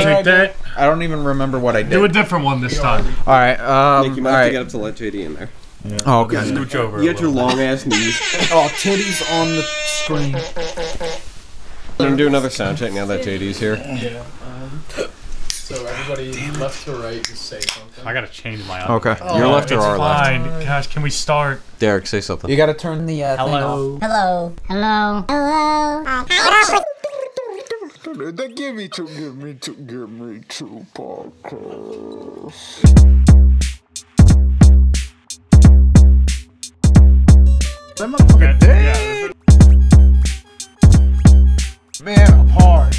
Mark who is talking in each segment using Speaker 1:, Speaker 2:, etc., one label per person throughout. Speaker 1: Take
Speaker 2: I do?
Speaker 1: that.
Speaker 2: I don't even remember what I did.
Speaker 1: Do a different one this time.
Speaker 2: All right. Um,
Speaker 3: Nick, you might
Speaker 2: all
Speaker 3: have
Speaker 2: right.
Speaker 3: to get up to let JD in there.
Speaker 2: oh, God.
Speaker 1: Scooch over.
Speaker 3: You got your long ass knees.
Speaker 4: Oh, titties on the screen.
Speaker 3: I'm gonna do another sound check now that JD's here.
Speaker 5: Yeah. Um, so everybody left to right just say something.
Speaker 1: I gotta change my.
Speaker 4: Oh,
Speaker 2: Okay.
Speaker 3: Your left or
Speaker 1: it's
Speaker 3: our left?
Speaker 1: fine. Gosh, can we start?
Speaker 3: Derek, say something.
Speaker 4: You gotta turn the uh, thing off.
Speaker 6: Hello. Hello. Hello.
Speaker 7: They give me two, give me two, give me two podcasts.
Speaker 4: That motherfucker
Speaker 1: Yeah.
Speaker 4: man I'm hard.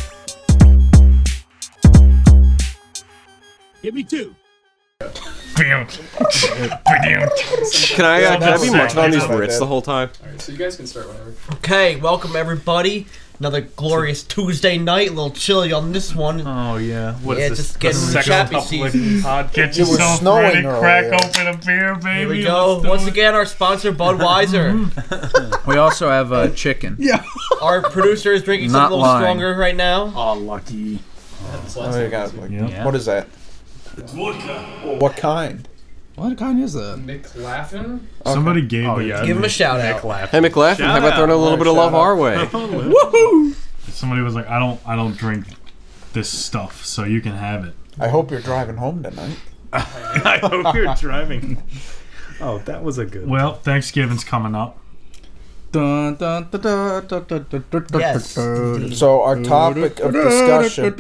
Speaker 1: Bam. Bam.
Speaker 3: Can I uh, can I be
Speaker 1: Sound
Speaker 3: munching on
Speaker 1: effects.
Speaker 3: these Ritz the whole time?
Speaker 5: Alright, so you guys can start whenever.
Speaker 8: Okay, welcome everybody. Another glorious Tuesday night. A little chilly on this one.
Speaker 1: Oh yeah. What's
Speaker 8: Yeah,
Speaker 1: this?
Speaker 8: just getting
Speaker 1: the
Speaker 8: the
Speaker 1: second
Speaker 8: chappy
Speaker 1: public
Speaker 8: season.
Speaker 1: pod. Get
Speaker 4: It was
Speaker 1: yourself
Speaker 4: snowing
Speaker 1: ready. Crack
Speaker 4: earlier.
Speaker 1: open a beer, baby.
Speaker 8: Here we go.
Speaker 1: Let's do
Speaker 8: Once
Speaker 1: it.
Speaker 8: again, our sponsor Budweiser.
Speaker 4: We also have uh, chicken. Yeah.
Speaker 8: our producer is drinking
Speaker 4: Not
Speaker 8: something a little
Speaker 4: lying.
Speaker 8: stronger right now.
Speaker 4: Oh, lucky.
Speaker 5: That's last time.
Speaker 1: Yeah.
Speaker 4: What is that? What kind? What kind is that?
Speaker 5: McLaughlin?
Speaker 1: Somebody gave. Oh yeah.
Speaker 8: Give him a shout out.
Speaker 1: laugh.
Speaker 3: Hey, McLaughlin, how about throwing a little bit of love our way?
Speaker 1: Somebody was like, I don't, I don't drink this stuff, so you can have it.
Speaker 4: I hope you're driving home tonight.
Speaker 9: I hope you're driving. Oh, that was a good.
Speaker 1: Well, Thanksgiving's coming up.
Speaker 9: Dun, dun, dun, dun, dun, dun, dun, dun, dun,
Speaker 8: Yes. indeed.
Speaker 4: So our topic of discussion.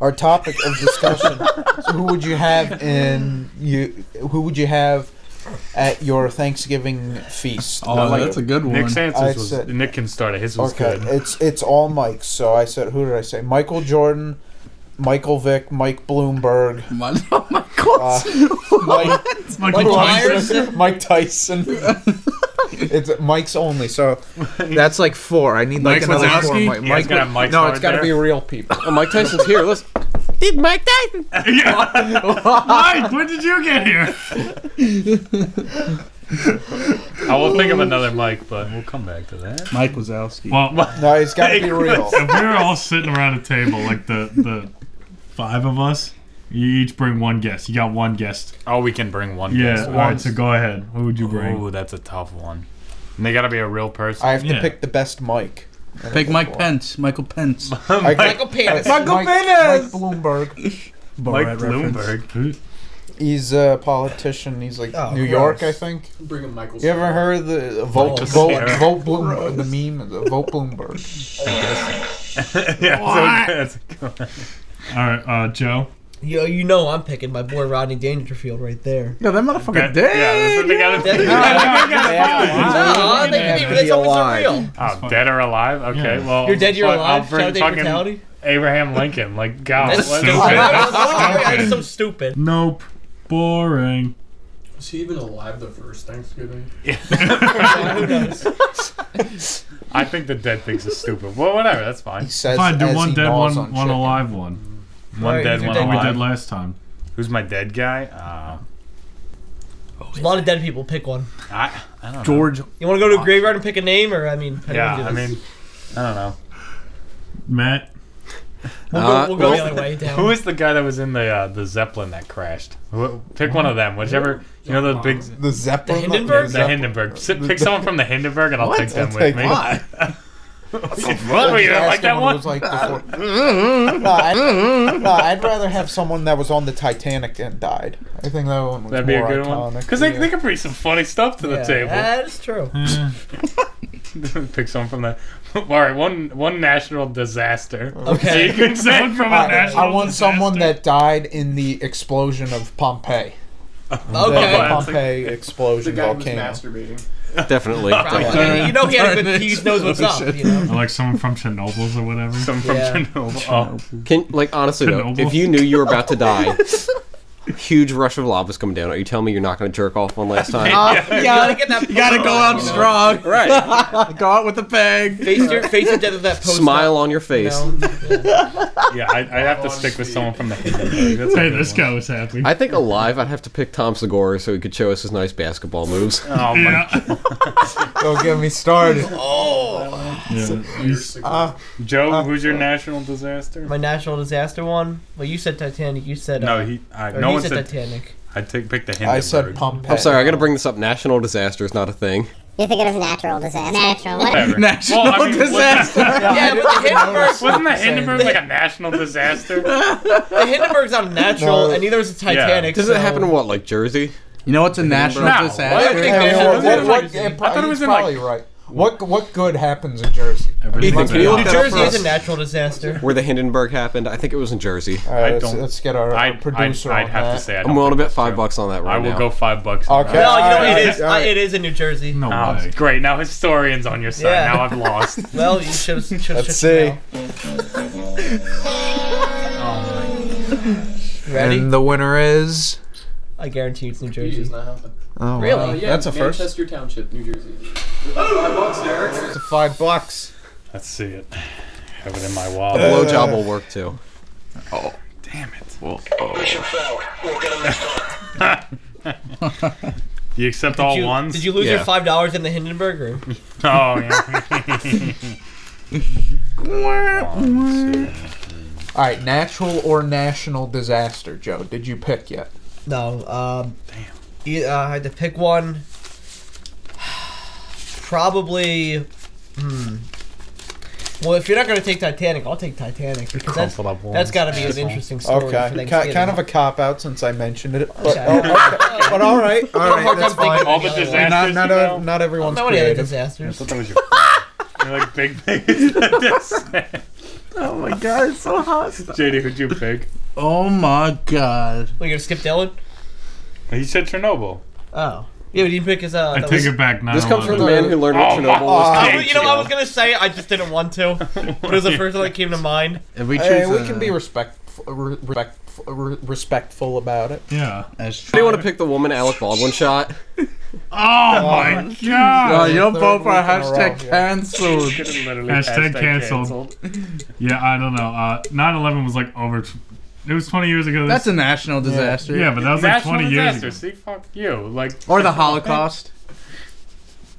Speaker 4: Our topic of discussion. so who would you have in you? Who would you have at your Thanksgiving feast?
Speaker 9: Oh, that's a good one.
Speaker 1: Nick's
Speaker 4: I
Speaker 1: answers was
Speaker 4: said-
Speaker 1: Nick can start it. His was
Speaker 4: Okay,
Speaker 1: good.
Speaker 4: it's it's all Mike's. So I said, who did I say? Michael Jordan, Michael Vick, Mike Bloomberg, Uh,
Speaker 9: My, oh my God.
Speaker 4: Mike,
Speaker 1: Like
Speaker 4: Mike
Speaker 1: the
Speaker 8: Myers?
Speaker 4: Tyson. Mike Tyson. it's Mike's only. So that's like four. I need like
Speaker 9: Mike
Speaker 4: another four.
Speaker 9: Wazowski?
Speaker 4: Mike,
Speaker 1: Yeah, it's gotta have Mike's
Speaker 4: no,
Speaker 1: hard
Speaker 4: it's got to
Speaker 1: there.
Speaker 4: be real people.
Speaker 3: Oh, Mike Tyson's here. Listen,
Speaker 6: Did Mike Tyson?
Speaker 1: Yeah. Mike, when did you get here? I will think of another Mike, but we'll come back to that.
Speaker 9: Mike Wazowski.
Speaker 1: Well,
Speaker 4: No, it's got to be real.
Speaker 1: if we were all sitting around a table, like the the five of us, you each bring one guest. You got one guest.
Speaker 9: oh, we can bring one.
Speaker 1: Yeah. all right. So go ahead. Who would you bring?
Speaker 9: Ooh, that's a tough one.
Speaker 1: And they gotta be a real person.
Speaker 4: I have to
Speaker 1: Yeah.
Speaker 4: pick the best Mike.
Speaker 9: Pick Mike Pence. Michael Pence.
Speaker 4: I,
Speaker 8: Michael Panis.
Speaker 4: Michael Mike, Mike Bloomberg.
Speaker 1: Mike
Speaker 9: Borat reference.
Speaker 1: Bloomberg. Who-
Speaker 4: He's a politician. He's like
Speaker 8: Oh,
Speaker 4: New
Speaker 8: gross.
Speaker 4: York, I think.
Speaker 5: Bring him Michael's.
Speaker 4: You ever heard of the uh, vote
Speaker 8: Oh,
Speaker 4: vote
Speaker 1: Sarah.
Speaker 4: vote Bloomberg the meme of the vote Bloomberg?
Speaker 1: yeah. So that's all right, uh, Joe.
Speaker 8: You, you know I'm picking my boy Rodney Dangerfield right there.
Speaker 9: Yeah, that motherfucker
Speaker 1: That- Yeah, that's what they gotta
Speaker 8: Dead.
Speaker 1: they gotta find.
Speaker 8: No, Ah, they didn't even. That's always so real.
Speaker 1: Oh, dead or alive? Okay,
Speaker 9: Yeah.
Speaker 1: well,
Speaker 8: You're dead. You're
Speaker 1: fuck,
Speaker 8: alive.
Speaker 1: I'll bring
Speaker 8: Shout out
Speaker 1: fucking
Speaker 8: brutality.
Speaker 1: Abraham Lincoln. Like, God,
Speaker 8: That's
Speaker 1: what-
Speaker 8: stupid. That's so stupid.
Speaker 1: Nope. Boring.
Speaker 5: Was he even alive the first Thanksgiving?
Speaker 8: Who knows?
Speaker 1: I think the dead thing's is stupid. Well, whatever. That's fine.
Speaker 4: He says
Speaker 1: Fine. Do
Speaker 4: as
Speaker 1: one
Speaker 4: he
Speaker 1: dead, one one
Speaker 4: gnaws on chicken.
Speaker 1: alive, one. One
Speaker 8: Alright,
Speaker 1: dead,
Speaker 8: who's
Speaker 1: one
Speaker 8: your dead
Speaker 1: alive.
Speaker 8: guy?
Speaker 1: We did last time. Who's my dead guy? Uh,
Speaker 8: A lot of dead people. Pick one.
Speaker 1: I, I don't know.
Speaker 9: George.
Speaker 8: You want to go to a graveyard and pick a name, or I mean, how do you
Speaker 1: Yeah,
Speaker 8: wanna
Speaker 1: I
Speaker 8: do this?
Speaker 1: mean, I don't know. Matt.
Speaker 8: we'll
Speaker 3: Uh,
Speaker 8: go, we'll go
Speaker 3: well,
Speaker 8: the other way down.
Speaker 1: Who is the guy that was in the uh, the Zeppelin that crashed? Wh- Pick one of them, whichever you know the big
Speaker 4: The Zeppelin.
Speaker 8: The Hindenburg?
Speaker 1: the Hindenburg. S- Pick someone from the Hindenburg, and I'll take them
Speaker 4: I'll
Speaker 1: with
Speaker 4: take
Speaker 1: me.
Speaker 4: mine.
Speaker 1: What? You don't
Speaker 4: Ask
Speaker 1: like
Speaker 4: him
Speaker 1: that one?
Speaker 4: what it was Oh, like before. no, I'd, no, I'd rather have someone that was on the Titanic and died. I think that one was
Speaker 1: That'd be a
Speaker 4: more
Speaker 1: good
Speaker 4: iconic.
Speaker 1: one. Because they,
Speaker 4: yeah.
Speaker 1: they can bring some funny stuff to the
Speaker 8: Yeah,
Speaker 1: table.
Speaker 8: That is true.
Speaker 1: Pick someone from the. All right, one one national disaster.
Speaker 8: Okay.
Speaker 1: you can someone from a
Speaker 4: I,
Speaker 1: national.
Speaker 4: I want someone
Speaker 1: disaster.
Speaker 4: that died in the explosion of Pompeii.
Speaker 8: Okay.
Speaker 4: The
Speaker 1: Oh, that's like-
Speaker 4: Pompeii
Speaker 5: The
Speaker 4: explosion
Speaker 5: guy who was
Speaker 4: volcano.
Speaker 5: masturbating.
Speaker 3: definitely.
Speaker 8: Probably. You know he had a good. He knows what's up. You know.
Speaker 1: I like someone from Chernobyl's or whatever. Someone from
Speaker 8: Yeah.
Speaker 1: Chernobyl. Oh,
Speaker 3: Can like honestly though,
Speaker 1: Chernobyl.
Speaker 3: if you knew you were about to die, huge rush of lava's coming down. Are you telling me you're not gonna jerk off one last time?
Speaker 8: You gotta get that. You
Speaker 9: Gotta go out strong.
Speaker 3: right.
Speaker 9: Go out with a bang.
Speaker 8: Face your face your death of that post.
Speaker 3: Smile on your face.
Speaker 1: Oh, yeah, I, I have to stick with someone from the Hindenburg. That's hey, this guy was happy.
Speaker 3: I think alive, I'd have to pick Tom Segura so he could show us his nice basketball moves.
Speaker 1: Oh my
Speaker 4: Don't get me started.
Speaker 10: Yeah.
Speaker 5: Years
Speaker 10: He's-
Speaker 5: ago.
Speaker 4: Uh,
Speaker 1: Joe, who's your national disaster?
Speaker 8: My natural disaster one. Well, you said Titanic. You said
Speaker 1: No,
Speaker 8: uh,
Speaker 1: he. I,
Speaker 8: or
Speaker 1: no
Speaker 8: he
Speaker 1: one
Speaker 8: said,
Speaker 1: said.
Speaker 8: Titanic.
Speaker 1: I take pick the Hindenburg.
Speaker 4: I said pump.
Speaker 3: I'm sorry, I gotta bring this up. National disaster is not a thing.
Speaker 11: You're thinking of natural disaster. Natural. What?
Speaker 1: Whatever.
Speaker 4: National
Speaker 1: Well, I mean,
Speaker 4: disaster.
Speaker 8: Yeah, but the Hindenburg,
Speaker 1: Wasn't the Hindenburg like a national disaster?
Speaker 8: the Hindenburg's not natural,
Speaker 4: No.
Speaker 8: and neither is the Titanic.
Speaker 3: Does
Speaker 8: so
Speaker 3: it happen in what, like Jersey?
Speaker 12: You know what's a national
Speaker 1: No,
Speaker 12: disaster?
Speaker 1: what?
Speaker 4: Yeah,
Speaker 8: Yeah,
Speaker 4: well, what-
Speaker 8: yeah,
Speaker 4: what-
Speaker 8: yeah.
Speaker 4: yeah,
Speaker 8: I
Speaker 1: thought it was
Speaker 4: he's
Speaker 1: in, like-
Speaker 4: probably right. What what good happens in Jersey?
Speaker 10: Everything
Speaker 3: Ethan,
Speaker 10: was
Speaker 3: can you
Speaker 10: bad.
Speaker 3: look
Speaker 8: New
Speaker 3: that up for
Speaker 8: Jersey is a
Speaker 3: us?
Speaker 8: natural disaster.
Speaker 3: Where the Hindenburg happened? I think it was in Jersey.
Speaker 4: All right,
Speaker 1: I
Speaker 4: let's,
Speaker 1: don't-
Speaker 4: let's get our, our
Speaker 1: I'd, I'd,
Speaker 4: producer
Speaker 1: I'd
Speaker 4: on
Speaker 1: have
Speaker 4: that.
Speaker 1: to say I
Speaker 3: I'm
Speaker 1: don't
Speaker 3: willing to
Speaker 1: think
Speaker 3: bet
Speaker 1: that's
Speaker 3: five
Speaker 1: true.
Speaker 3: bucks on that right
Speaker 1: I will
Speaker 3: now.
Speaker 1: go five bucks. on
Speaker 4: Okay.
Speaker 1: that.
Speaker 8: No, you know
Speaker 4: Alright,
Speaker 8: it is.
Speaker 4: alright.
Speaker 8: uh, It is in New Jersey.
Speaker 10: No
Speaker 1: Oh,
Speaker 10: way.
Speaker 1: great. Now historians on your side.
Speaker 8: Yeah.
Speaker 1: Now I've lost.
Speaker 8: Well, you should have.
Speaker 4: Let's see.
Speaker 8: Ready?
Speaker 4: And the winner is.
Speaker 8: I guarantee it's New
Speaker 5: It
Speaker 8: Jersey.
Speaker 5: does not happen.
Speaker 4: Oh,
Speaker 8: Really?
Speaker 4: wow.
Speaker 5: Oh yeah,
Speaker 4: That's a first.
Speaker 5: Manchester Township, New Jersey.
Speaker 4: It's a five bucks.
Speaker 1: Let's see it. Have it in my
Speaker 12: Uh,
Speaker 1: wallet.
Speaker 3: Blowjob will work too.
Speaker 1: You accept all
Speaker 8: Did you-
Speaker 1: ones?
Speaker 8: Did you lose your
Speaker 3: Yeah.
Speaker 8: five dollars in the Hindenburg? Or?
Speaker 1: Oh yeah.
Speaker 4: All right, natural or national disaster, Joe? Did you pick yet?
Speaker 8: No. Um, Damn. Uh, I had to pick one. Probably. Hmm. Well, if you're not gonna take Titanic, I'll take Titanic because that's,
Speaker 1: crumpled up one.
Speaker 8: that's got to be an interesting story for
Speaker 4: Okay, Ki
Speaker 8: Thanksgiving.
Speaker 4: kind of a cop out since I mentioned it, but,
Speaker 8: Okay.
Speaker 4: oh, okay. but all right, all
Speaker 8: I have a
Speaker 4: right,
Speaker 8: hard
Speaker 4: that's
Speaker 8: time thinking
Speaker 4: fine.
Speaker 8: of
Speaker 1: All the
Speaker 8: any other one.
Speaker 1: disasters
Speaker 4: Not not,
Speaker 1: you
Speaker 4: a,
Speaker 1: know?
Speaker 4: not everyone's
Speaker 8: Nobody had
Speaker 4: creative.
Speaker 1: I
Speaker 8: disasters.
Speaker 1: thought that was your. You're like big big.
Speaker 12: Oh my god, it's so hot.
Speaker 1: JD, who'd you pick?
Speaker 12: Oh my god.
Speaker 8: We're gonna skip Dylan.
Speaker 1: He said Chernobyl.
Speaker 8: Oh, yeah, but you pick his. Uh,
Speaker 10: I
Speaker 8: that
Speaker 10: take
Speaker 8: was-
Speaker 10: it back now.
Speaker 3: This comes from the man who learned what
Speaker 1: Oh,
Speaker 3: Chernobyl
Speaker 4: my-
Speaker 3: was.
Speaker 8: I was- you know, I was gonna say it, I just didn't want to. But it was the first one that came to mind.
Speaker 12: If we choose,
Speaker 4: Hey, we can
Speaker 12: a-
Speaker 4: be respectful, re- respectful, re- respectful about it.
Speaker 10: Yeah.
Speaker 12: as
Speaker 3: Do you want to pick the woman Alec Baldwin shot?
Speaker 10: Oh my god.
Speaker 12: Oh, you're
Speaker 4: Third week
Speaker 12: both are
Speaker 4: in a row,
Speaker 12: hashtag
Speaker 4: yeah.
Speaker 12: cancelled.
Speaker 1: Could've literally
Speaker 10: Hashtag canceled. Yeah, I don't know. Uh, 9/11 was like over. T- it was 20 years ago.
Speaker 12: That's a national disaster.
Speaker 10: yeah, but that was like
Speaker 1: National
Speaker 10: 20 years
Speaker 1: disaster.
Speaker 10: ago.
Speaker 1: See, fuck you. Like,
Speaker 12: Or the Holocaust.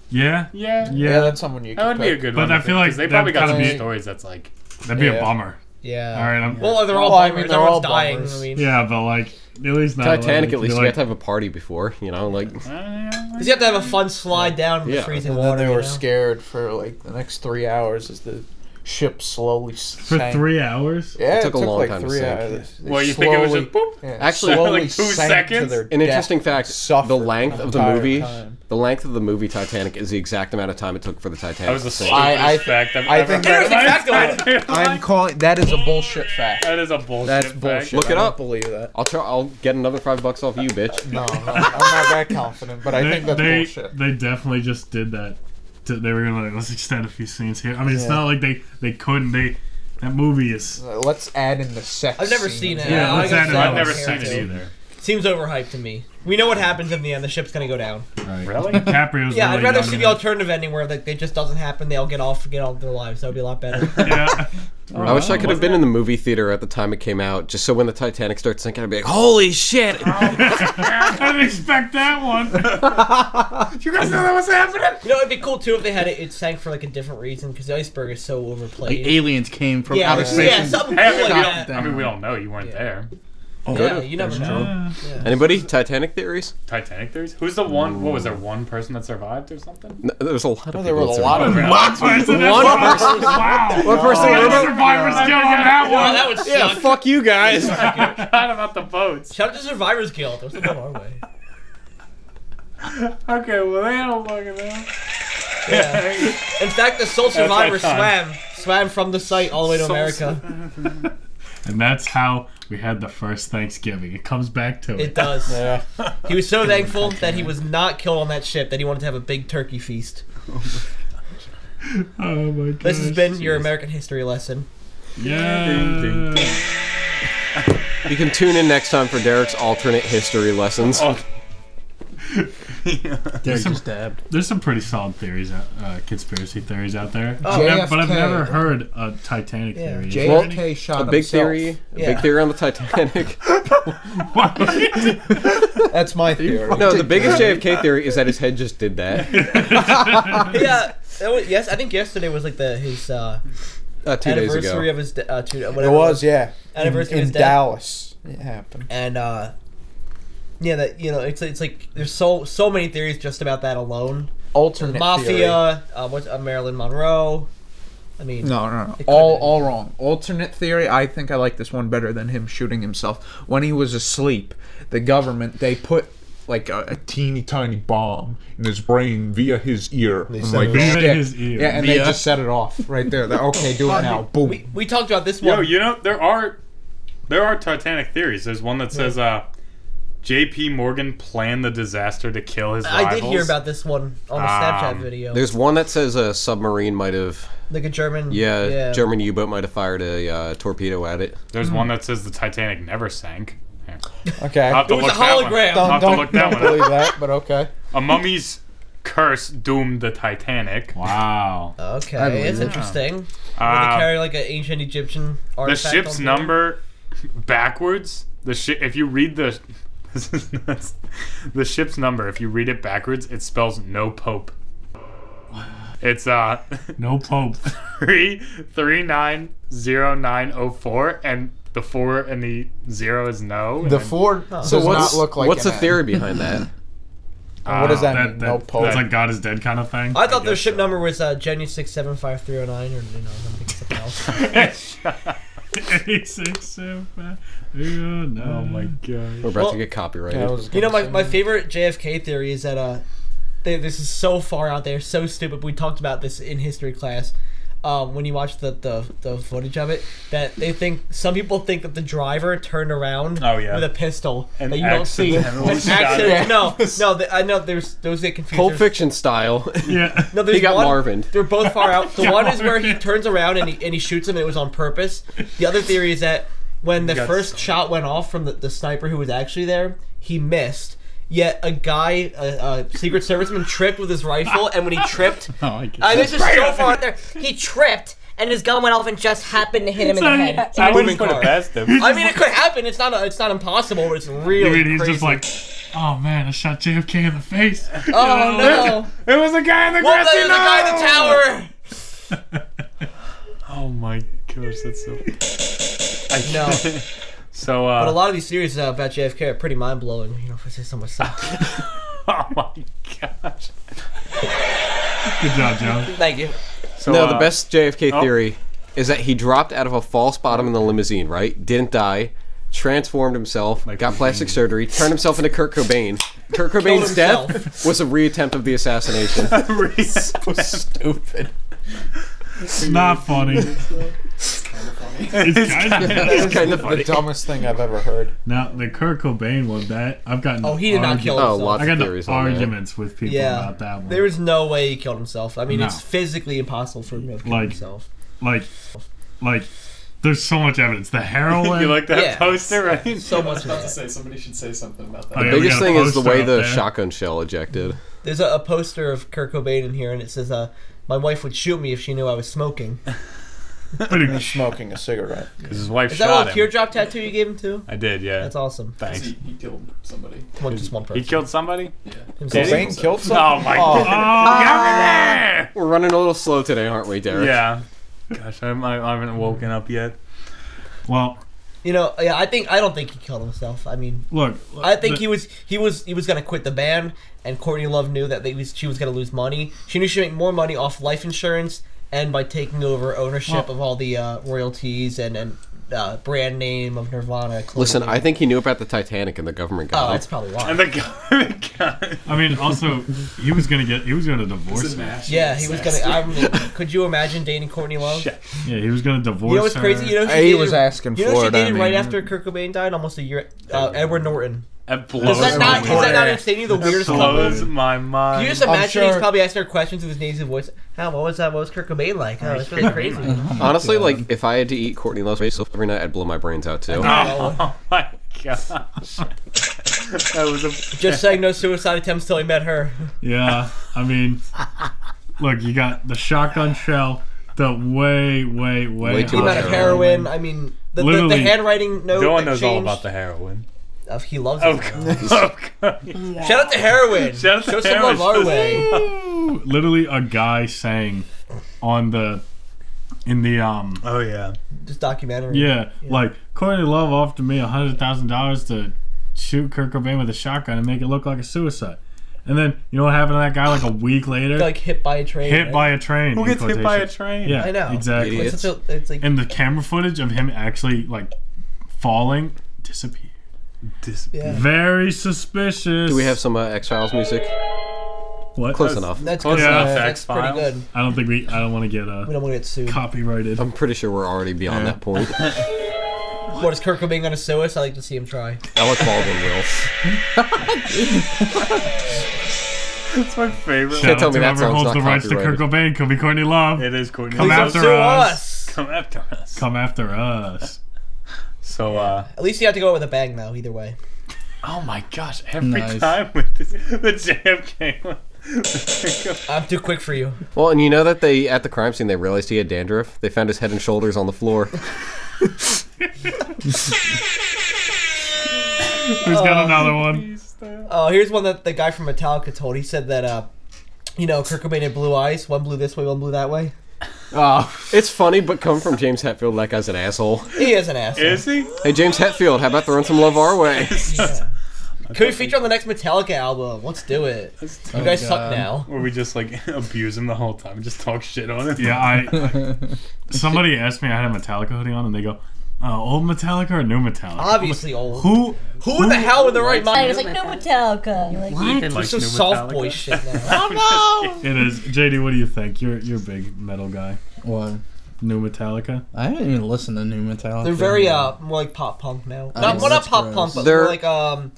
Speaker 10: Yeah,
Speaker 1: yeah,
Speaker 4: Yeah,
Speaker 10: yeah.
Speaker 4: that's someone you.
Speaker 1: that
Speaker 4: could
Speaker 1: would be a
Speaker 4: pick.
Speaker 1: good
Speaker 10: But
Speaker 1: one.
Speaker 10: I
Speaker 1: to
Speaker 10: feel
Speaker 1: pick,
Speaker 10: like
Speaker 1: 'cause they
Speaker 10: that'd
Speaker 1: probably got some
Speaker 4: kinda be-
Speaker 1: stories that's like,
Speaker 10: That'd be
Speaker 4: Yeah.
Speaker 10: a bummer.
Speaker 8: Yeah.
Speaker 10: All right, I'm.
Speaker 8: Well, they're all
Speaker 4: Well, I
Speaker 8: bummers.
Speaker 4: mean, they're
Speaker 8: Everyone's
Speaker 4: all
Speaker 8: dying.
Speaker 4: bummers.
Speaker 8: I mean,
Speaker 10: yeah, but like at least 9/11,
Speaker 3: Titanic,
Speaker 10: you'd
Speaker 3: at
Speaker 10: be
Speaker 3: least. you
Speaker 10: like,
Speaker 3: have to have a party before, you know? Like,
Speaker 1: "Uh,
Speaker 8: you have to have a fun slide down in the
Speaker 3: Yeah.
Speaker 8: freezing
Speaker 4: And then
Speaker 8: water.
Speaker 4: they
Speaker 8: you
Speaker 4: were
Speaker 8: know?
Speaker 4: scared for like the next three hours as the ship slowly
Speaker 10: for
Speaker 4: sank.
Speaker 10: three hours.
Speaker 4: Yeah, it,
Speaker 3: took a long
Speaker 4: like
Speaker 3: time to
Speaker 4: three
Speaker 3: sink.
Speaker 4: hours. They
Speaker 1: well, you think it was just
Speaker 4: slowly-
Speaker 1: boop?
Speaker 4: yeah,
Speaker 3: Actually,
Speaker 4: slowly
Speaker 1: like two
Speaker 4: sank
Speaker 1: seconds?
Speaker 4: To their
Speaker 3: An
Speaker 4: death.
Speaker 3: interesting fact: the
Speaker 4: suffered
Speaker 3: length
Speaker 4: the
Speaker 3: of the
Speaker 4: entire
Speaker 3: movie,
Speaker 4: time.
Speaker 3: the length of the movie Titanic is the exact amount of time it took for the Titanic.
Speaker 1: That was
Speaker 3: to
Speaker 1: the
Speaker 3: sink.
Speaker 1: stupidest
Speaker 4: I- I-
Speaker 1: fact I've
Speaker 4: I
Speaker 1: ever
Speaker 4: think
Speaker 1: heard.
Speaker 8: that's
Speaker 4: I'm calling that is a bullshit fact.
Speaker 1: That is a bullshit.
Speaker 4: That's
Speaker 1: fact.
Speaker 4: bullshit.
Speaker 3: Look it
Speaker 4: I don't
Speaker 3: up.
Speaker 4: Believe that.
Speaker 3: I'll try. I'll get another five bucks off you, bitch.
Speaker 4: No, no, I'm not that confident, but I think that's
Speaker 10: they,
Speaker 4: bullshit.
Speaker 10: they definitely just did that. To, they were gonna like let's extend a few scenes here. I mean, it's
Speaker 4: Yeah.
Speaker 10: not like they they couldn't. They that movie is.
Speaker 4: Uh, Let's add in the sex.
Speaker 8: I've never
Speaker 4: scene.
Speaker 8: seen it.
Speaker 10: Yeah,
Speaker 8: I
Speaker 10: let's
Speaker 8: gotta
Speaker 10: add
Speaker 8: say
Speaker 10: it
Speaker 8: I
Speaker 10: on.
Speaker 1: I've
Speaker 8: don't
Speaker 1: never
Speaker 8: care
Speaker 1: seen it
Speaker 8: to.
Speaker 1: either.
Speaker 8: Seems overhyped to me. We know what happens in the end. The ship's gonna go down.
Speaker 1: Really?
Speaker 10: DiCaprio's
Speaker 8: Yeah,
Speaker 10: really
Speaker 8: I'd rather
Speaker 10: young
Speaker 8: see
Speaker 10: in
Speaker 8: the
Speaker 10: it.
Speaker 8: alternative ending where like it just doesn't happen. They all get off, get on with their lives. That would be a lot better.
Speaker 10: Yeah.
Speaker 3: I wish I could have been in the movie theater at the time it came out, just so when the Titanic starts sinking, I'd be like, "Holy shit!"
Speaker 10: I didn't expect that one.
Speaker 1: You guys know that was happening?
Speaker 8: you know, it'd be cool too if they had it. It sank for like a different reason because the iceberg is so overplayed.
Speaker 12: Like aliens came from
Speaker 8: yeah,
Speaker 12: outer
Speaker 8: yeah,
Speaker 12: space. and-
Speaker 8: something cool
Speaker 1: Hey, I, mean, we
Speaker 8: like
Speaker 1: don't,
Speaker 8: that.
Speaker 1: I mean, we don't know. You weren't there.
Speaker 8: Yeah, you never know.
Speaker 3: Anybody Titanic theories?
Speaker 1: Titanic theories? Who's the one? What was there? One person that survived or something?
Speaker 3: No, there was a lot of.
Speaker 4: No,
Speaker 3: people
Speaker 4: there were a
Speaker 3: that
Speaker 4: lot of
Speaker 3: survived.
Speaker 10: One person.
Speaker 3: One
Speaker 10: that's- Wow.
Speaker 3: One person.
Speaker 10: How many
Speaker 3: wrote about-
Speaker 10: survivors get on that
Speaker 8: Oh,
Speaker 10: one?
Speaker 8: that would suck.
Speaker 3: Yeah, fuck you guys.
Speaker 1: I forgot about the boats.
Speaker 8: Shout out to Survivors Guild. There's something wrong way.
Speaker 1: Okay, well they don't fucking
Speaker 10: uh,
Speaker 1: know.
Speaker 8: Yeah. In fact, the sole survivor
Speaker 1: That's our
Speaker 8: swam, swam from the site all the way to
Speaker 1: Sole
Speaker 8: America.
Speaker 10: And that's how we had the first Thanksgiving. It comes back to
Speaker 8: It
Speaker 10: it.
Speaker 8: does.
Speaker 4: Yeah.
Speaker 8: He was so thankful that he was not killed on that ship that he wanted to have a big turkey feast.
Speaker 10: Oh my god.
Speaker 8: This has been your American history lesson.
Speaker 10: Yeah.
Speaker 1: Ding, ding.
Speaker 3: You can tune in next time for Derek's alternate history lessons.
Speaker 1: Oh,
Speaker 12: Derek just dabbed.
Speaker 10: There's some pretty solid theories, out, uh, conspiracy theories out there.
Speaker 8: Oh.
Speaker 10: Yeah, but I've
Speaker 4: JFK.
Speaker 10: never heard a Titanic
Speaker 8: Yeah.
Speaker 10: theory.
Speaker 4: JFK shot
Speaker 3: A big
Speaker 4: himself.
Speaker 3: theory, a
Speaker 8: Yeah.
Speaker 3: big theory on the Titanic.
Speaker 4: That's my theory.
Speaker 3: No, the biggest JFK theory is that his head just did that.
Speaker 8: Yeah, That was- yes, I think yesterday was like the his uh,
Speaker 3: Uh, two days ago.
Speaker 8: anniversary of his de- uh, two,
Speaker 4: It
Speaker 8: whatever
Speaker 4: was, yeah.
Speaker 8: Anniversary of
Speaker 4: in,
Speaker 8: his
Speaker 4: in
Speaker 8: death.
Speaker 4: Dallas. It happened.
Speaker 8: and uh, yeah, that you know, it's it's like there's so so many theories just about that alone.
Speaker 4: Alternate theory.
Speaker 8: Mafia, uh, what's uh, Marilyn Monroe? I mean,
Speaker 9: No, no, no.
Speaker 8: It
Speaker 9: All,
Speaker 8: could've been.
Speaker 9: all wrong. Alternate theory. I think I like this one better than him shooting himself. When he was asleep, the government they put like a, a teeny tiny bomb in his brain via his ear. I'm
Speaker 4: set
Speaker 9: like,
Speaker 4: it
Speaker 1: off.
Speaker 9: "Shit."
Speaker 1: Via his ear.
Speaker 9: Yeah, and they
Speaker 12: Via.
Speaker 9: just set it off right there. They're, okay, do it now. Boom.
Speaker 8: we, we talked about this
Speaker 1: Yo,
Speaker 8: one.
Speaker 1: you know there are there are Titanic theories. There's one that says uh, J.P. Morgan planned the disaster to kill his
Speaker 8: I
Speaker 1: rivals.
Speaker 8: did hear about this one on the Snapchat
Speaker 1: Um,
Speaker 8: video.
Speaker 3: There's one that says a submarine might have,
Speaker 8: Like a German.
Speaker 3: yeah, German U-boat might have fired a uh, torpedo at it.
Speaker 1: There's one that says the Titanic never sank. Here.
Speaker 4: Okay.
Speaker 1: I'll have to
Speaker 8: It was
Speaker 1: look
Speaker 8: a
Speaker 1: that one-
Speaker 8: hologram.
Speaker 1: I'll
Speaker 4: don't
Speaker 1: have to look
Speaker 4: don't,
Speaker 1: that
Speaker 4: don't
Speaker 1: one up.
Speaker 4: believe that, but okay.
Speaker 1: A mummy's curse doomed the Titanic. Wow.
Speaker 8: Okay,
Speaker 9: I believe
Speaker 8: it's
Speaker 9: it.
Speaker 8: interesting. they
Speaker 1: Uh,
Speaker 8: carry like an ancient Egyptian
Speaker 1: the
Speaker 8: artifact
Speaker 1: ship's
Speaker 8: on board.
Speaker 1: number backwards. The shi If you read the. This is nuts. The ship's number. If you read it backwards, it spells no pope. It's uh
Speaker 12: No pope.
Speaker 1: three three nine zero nine oh four, and the four and the zero is no. and
Speaker 4: The
Speaker 1: then-
Speaker 4: four
Speaker 8: So
Speaker 4: does
Speaker 3: what's
Speaker 4: not look like
Speaker 3: what's
Speaker 4: an
Speaker 3: the
Speaker 4: N.
Speaker 3: theory behind that?
Speaker 4: What does that,
Speaker 1: Ah,
Speaker 4: mean? no pope.
Speaker 1: That's like God is dead kind of thing.
Speaker 8: I thought their ship number was uh, Genu six seven five three zero nine or you know something something else.
Speaker 1: Oh my
Speaker 3: We're
Speaker 1: god.
Speaker 3: about
Speaker 8: Well-
Speaker 3: to get copyrighted.
Speaker 4: Yeah, I was
Speaker 8: You know, my,
Speaker 4: gonna
Speaker 8: my
Speaker 4: say.
Speaker 8: favorite JFK theory is that uh, they, this is so far out there, so stupid. We talked about this in history class. Um, when you watch the, the the footage of it, that they think some people think that the driver turned around
Speaker 1: Oh, yeah.
Speaker 8: with a pistol
Speaker 1: An
Speaker 8: that you don't see. An
Speaker 1: accidental shot.
Speaker 8: accident. No, no, th- I know there's those get confused.
Speaker 3: Pulp
Speaker 8: There's-
Speaker 3: Fiction style.
Speaker 1: Yeah.
Speaker 8: No, there's
Speaker 3: he got
Speaker 8: one,
Speaker 3: Marvin.
Speaker 8: They're both far out. The one is where he turns around and he, and he shoots him. It was on purpose. The other theory is that when the
Speaker 1: got
Speaker 8: first shot went off from the, the sniper who was actually there, he missed. Yet a guy, a, a secret serviceman, tripped with his rifle, and when he tripped,
Speaker 12: Oh, I get
Speaker 8: I this is so far out there. He tripped, and his gun went off and just happened to hit him in the head.
Speaker 1: I wouldn't
Speaker 8: moving
Speaker 1: put it
Speaker 8: car.
Speaker 1: past him.
Speaker 8: I mean, it could happen. It's not. A, it's not impossible. But it's really.
Speaker 1: I mean, he's
Speaker 8: crazy.
Speaker 1: just like, oh man, I shot JFK in the face.
Speaker 8: oh no!
Speaker 1: It was a guy in the
Speaker 8: Well,
Speaker 1: grassy
Speaker 8: there's a guy in the tower.
Speaker 1: Oh my gosh, that's so.
Speaker 8: No.
Speaker 1: So,
Speaker 8: But a
Speaker 1: uh.
Speaker 8: lot of these series uh, about JFK are pretty mind blowing. You know, if I say so myself.
Speaker 1: Oh my gosh. Good job, Joe.
Speaker 8: Thank you.
Speaker 1: So,
Speaker 3: no,
Speaker 1: uh,
Speaker 3: the best JFK
Speaker 1: oh.
Speaker 3: theory is that he dropped out of a false bottom in the limousine, right? Didn't die, transformed himself, got plastic surgery, turned himself into Kurt Cobain. Kurt Cobain's death was a reattempt of the assassination.
Speaker 4: stupid.
Speaker 1: It's not funny. it's kind of funny.
Speaker 3: It's kind of
Speaker 4: The
Speaker 3: funny.
Speaker 4: dumbest thing I've ever heard.
Speaker 1: Now, the Kurt Cobain one, that. I've gotten.
Speaker 8: Oh, he did not kill
Speaker 1: argu-
Speaker 3: Oh,
Speaker 8: himself.
Speaker 3: lots
Speaker 1: I
Speaker 3: of
Speaker 1: got
Speaker 3: theories
Speaker 1: into
Speaker 3: on that.
Speaker 1: arguments with people
Speaker 8: Yeah.
Speaker 1: about that one.
Speaker 8: There is no way he killed himself. I mean,
Speaker 1: No.
Speaker 8: it's physically impossible for him to have killed
Speaker 1: Like-
Speaker 8: himself.
Speaker 1: like, like, there's so much evidence. The heroin.
Speaker 9: You like
Speaker 8: that Yeah. poster,
Speaker 1: right?
Speaker 8: So
Speaker 5: I
Speaker 8: much.
Speaker 5: was about to
Speaker 8: man.
Speaker 5: say somebody should say something about
Speaker 1: Oh,
Speaker 5: that.
Speaker 1: yeah, we
Speaker 3: Biggest
Speaker 1: got a
Speaker 3: thing is the
Speaker 1: poster
Speaker 3: way
Speaker 1: up
Speaker 3: the
Speaker 1: there.
Speaker 3: shotgun shell ejected.
Speaker 8: There's a, a poster of Kurt Cobain in here, and it says, uh, "My wife would shoot me if she knew I was smoking."
Speaker 4: He's Smoking a cigarette.
Speaker 1: His wife
Speaker 8: Is that a little teardrop tattoo you gave him too?
Speaker 1: I did, yeah.
Speaker 8: That's awesome.
Speaker 1: Thanks.
Speaker 5: He, he killed somebody.
Speaker 8: One, just one
Speaker 1: He
Speaker 8: person.
Speaker 1: killed somebody?
Speaker 8: Himself.
Speaker 4: Cobain killed
Speaker 1: Oh
Speaker 4: someone.
Speaker 1: my god.
Speaker 3: We're running a little slow today, aren't we, Derek?
Speaker 1: Yeah. Gosh, I'm, I i have not woken up yet. Well,
Speaker 8: You know, yeah, I think I don't think he killed himself. I mean,
Speaker 1: look.
Speaker 8: I think
Speaker 1: the-
Speaker 8: he was he was he was gonna quit the band, and Courtney Love knew that they was, she was gonna lose money. She knew she'd make more money off life insurance and by taking over ownership of all the uh, royalties and and uh, brand name of Nirvana. clothing.
Speaker 3: Listen, I think he knew about the Titanic and the government
Speaker 8: oh,
Speaker 3: got
Speaker 8: that's
Speaker 3: him.
Speaker 8: probably why.
Speaker 1: And the government got- I mean, also, he was gonna get. He was gonna divorce her.
Speaker 8: yeah, he was gonna. I mean, could you imagine dating Courtney Love?
Speaker 1: Yeah, he was gonna divorce
Speaker 8: You know what's
Speaker 1: her.
Speaker 8: crazy? You know she
Speaker 9: He
Speaker 8: dated-
Speaker 9: was asking
Speaker 8: You know
Speaker 9: for
Speaker 8: she
Speaker 9: it,
Speaker 8: dated
Speaker 9: I
Speaker 8: right
Speaker 9: mean.
Speaker 8: after Kurt Cobain died, almost a year. Uh, Edward Norton.
Speaker 1: That
Speaker 8: Is
Speaker 1: blows
Speaker 8: that
Speaker 1: my
Speaker 8: not? Is that
Speaker 1: mind.
Speaker 8: not insanely the weirdest couple?
Speaker 1: blows my mind.
Speaker 8: Can you just imagine he's
Speaker 4: sure-
Speaker 8: probably asking her questions with his nasal voice? How what was that? What was Kurt Cobain like? Oh, it's really crazy.
Speaker 3: Honestly, like, if I had to eat Courtney Love's face every night, I'd blow my brains out, too.
Speaker 1: oh my gosh. that was a.
Speaker 8: Just saying no suicide attempts till he met her.
Speaker 1: Yeah, I mean, look, you got the shotgun shell, the way, way, way.
Speaker 3: Way too
Speaker 1: high
Speaker 8: The amount of
Speaker 3: Heroin.
Speaker 8: heroin. I mean, the, the, the
Speaker 1: Literally,
Speaker 8: handwriting note.
Speaker 1: No one
Speaker 8: that
Speaker 1: knows all
Speaker 8: changed
Speaker 1: about the heroin.
Speaker 8: Of he loves.
Speaker 1: Oh,
Speaker 8: it.
Speaker 1: God. Oh, God.
Speaker 8: Shout out to heroin.
Speaker 1: Shout out to
Speaker 8: Show some
Speaker 1: heroin.
Speaker 8: love our way.
Speaker 10: Woo! Literally a guy sang on the in the um
Speaker 1: Oh yeah.
Speaker 8: This documentary.
Speaker 10: Yeah, like Courtney Love offered me hundred thousand dollars to shoot Kurt Cobain with a shotgun and make it look like a suicide. And then you know what happened to that guy? Like a week later,
Speaker 8: Got, like hit by a train.
Speaker 10: hit
Speaker 8: right?
Speaker 10: by a train.
Speaker 8: Who
Speaker 10: in
Speaker 8: gets hit by
Speaker 10: quotations.
Speaker 8: a train?
Speaker 10: Yeah,
Speaker 8: I know.
Speaker 10: exactly.
Speaker 8: It's such a- it's like-
Speaker 10: and the camera footage of him actually like falling disappeared.
Speaker 8: Yeah.
Speaker 10: Very suspicious.
Speaker 3: Do we have some uh, X Files music?
Speaker 10: What?
Speaker 3: Close enough.
Speaker 8: That's
Speaker 10: Close
Speaker 8: good.
Speaker 10: enough.
Speaker 8: Yeah, that's pretty good.
Speaker 10: I don't think we. I don't want to get uh,
Speaker 8: We don't want to get sued.
Speaker 10: copyrighted.
Speaker 3: I'm pretty sure we're already beyond that point.
Speaker 8: What is Kurt Cobain gonna sue us? I like to see him try.
Speaker 3: Alec Baldwin will.
Speaker 1: That's my favorite.
Speaker 3: Can't tell me that
Speaker 10: Whoever
Speaker 3: song's
Speaker 10: holds
Speaker 3: not
Speaker 10: the rights to Kurt
Speaker 3: copyrighted.
Speaker 10: Cobain could be Courtney Love.
Speaker 1: It is Courtney.
Speaker 10: Come
Speaker 1: Love.
Speaker 10: after
Speaker 1: Sue
Speaker 10: us.
Speaker 1: Come after us.
Speaker 10: Come after us.
Speaker 1: So uh
Speaker 8: At least you have to go with a bang though. Either way.
Speaker 1: Oh my gosh! every time with this, the JFK one.
Speaker 8: I'm too quick for you.
Speaker 3: Well, and you know that they at the crime scene they realized he had dandruff. They found his head and shoulders on the floor.
Speaker 10: Who's got another one?
Speaker 8: Oh, here's one that the guy from Metallica told. He said that, uh, you know, Kurt Cobain had blue eyes. One blew this way, one blew that way.
Speaker 3: Oh, it's funny, but come from James Hetfield. That guy's an asshole.
Speaker 8: He is an asshole.
Speaker 1: Is he?
Speaker 3: Hey, James Hetfield, how about throwing some love our way?
Speaker 8: Could we feature on the next Metallica album? Let's do it. You guys suck now.
Speaker 1: Where we just like abuse him the whole time, just talk shit on him.
Speaker 10: Yeah, I, I- Somebody asked me I had a Metallica hoodie on, and they go, uh, "Old Metallica or new Metallica?"
Speaker 8: Obviously old.
Speaker 10: Who?
Speaker 8: Who, in the hell in the right mind?
Speaker 13: It's like, no Metallica. You're like,
Speaker 10: Ethan
Speaker 8: It's
Speaker 10: likes
Speaker 8: some
Speaker 10: new
Speaker 8: soft
Speaker 10: Metallica.
Speaker 8: boy shit now.
Speaker 13: oh
Speaker 10: It is JD. What do you think? You're you're a big metal guy.
Speaker 12: What?
Speaker 10: New Metallica.
Speaker 12: I haven't even listened to new Metallica.
Speaker 8: They're very uh more like pop punk now.
Speaker 12: Oh,
Speaker 8: Not well, not
Speaker 12: that's
Speaker 8: pop
Speaker 12: gross.
Speaker 8: punk, but
Speaker 12: They're-
Speaker 8: more like um,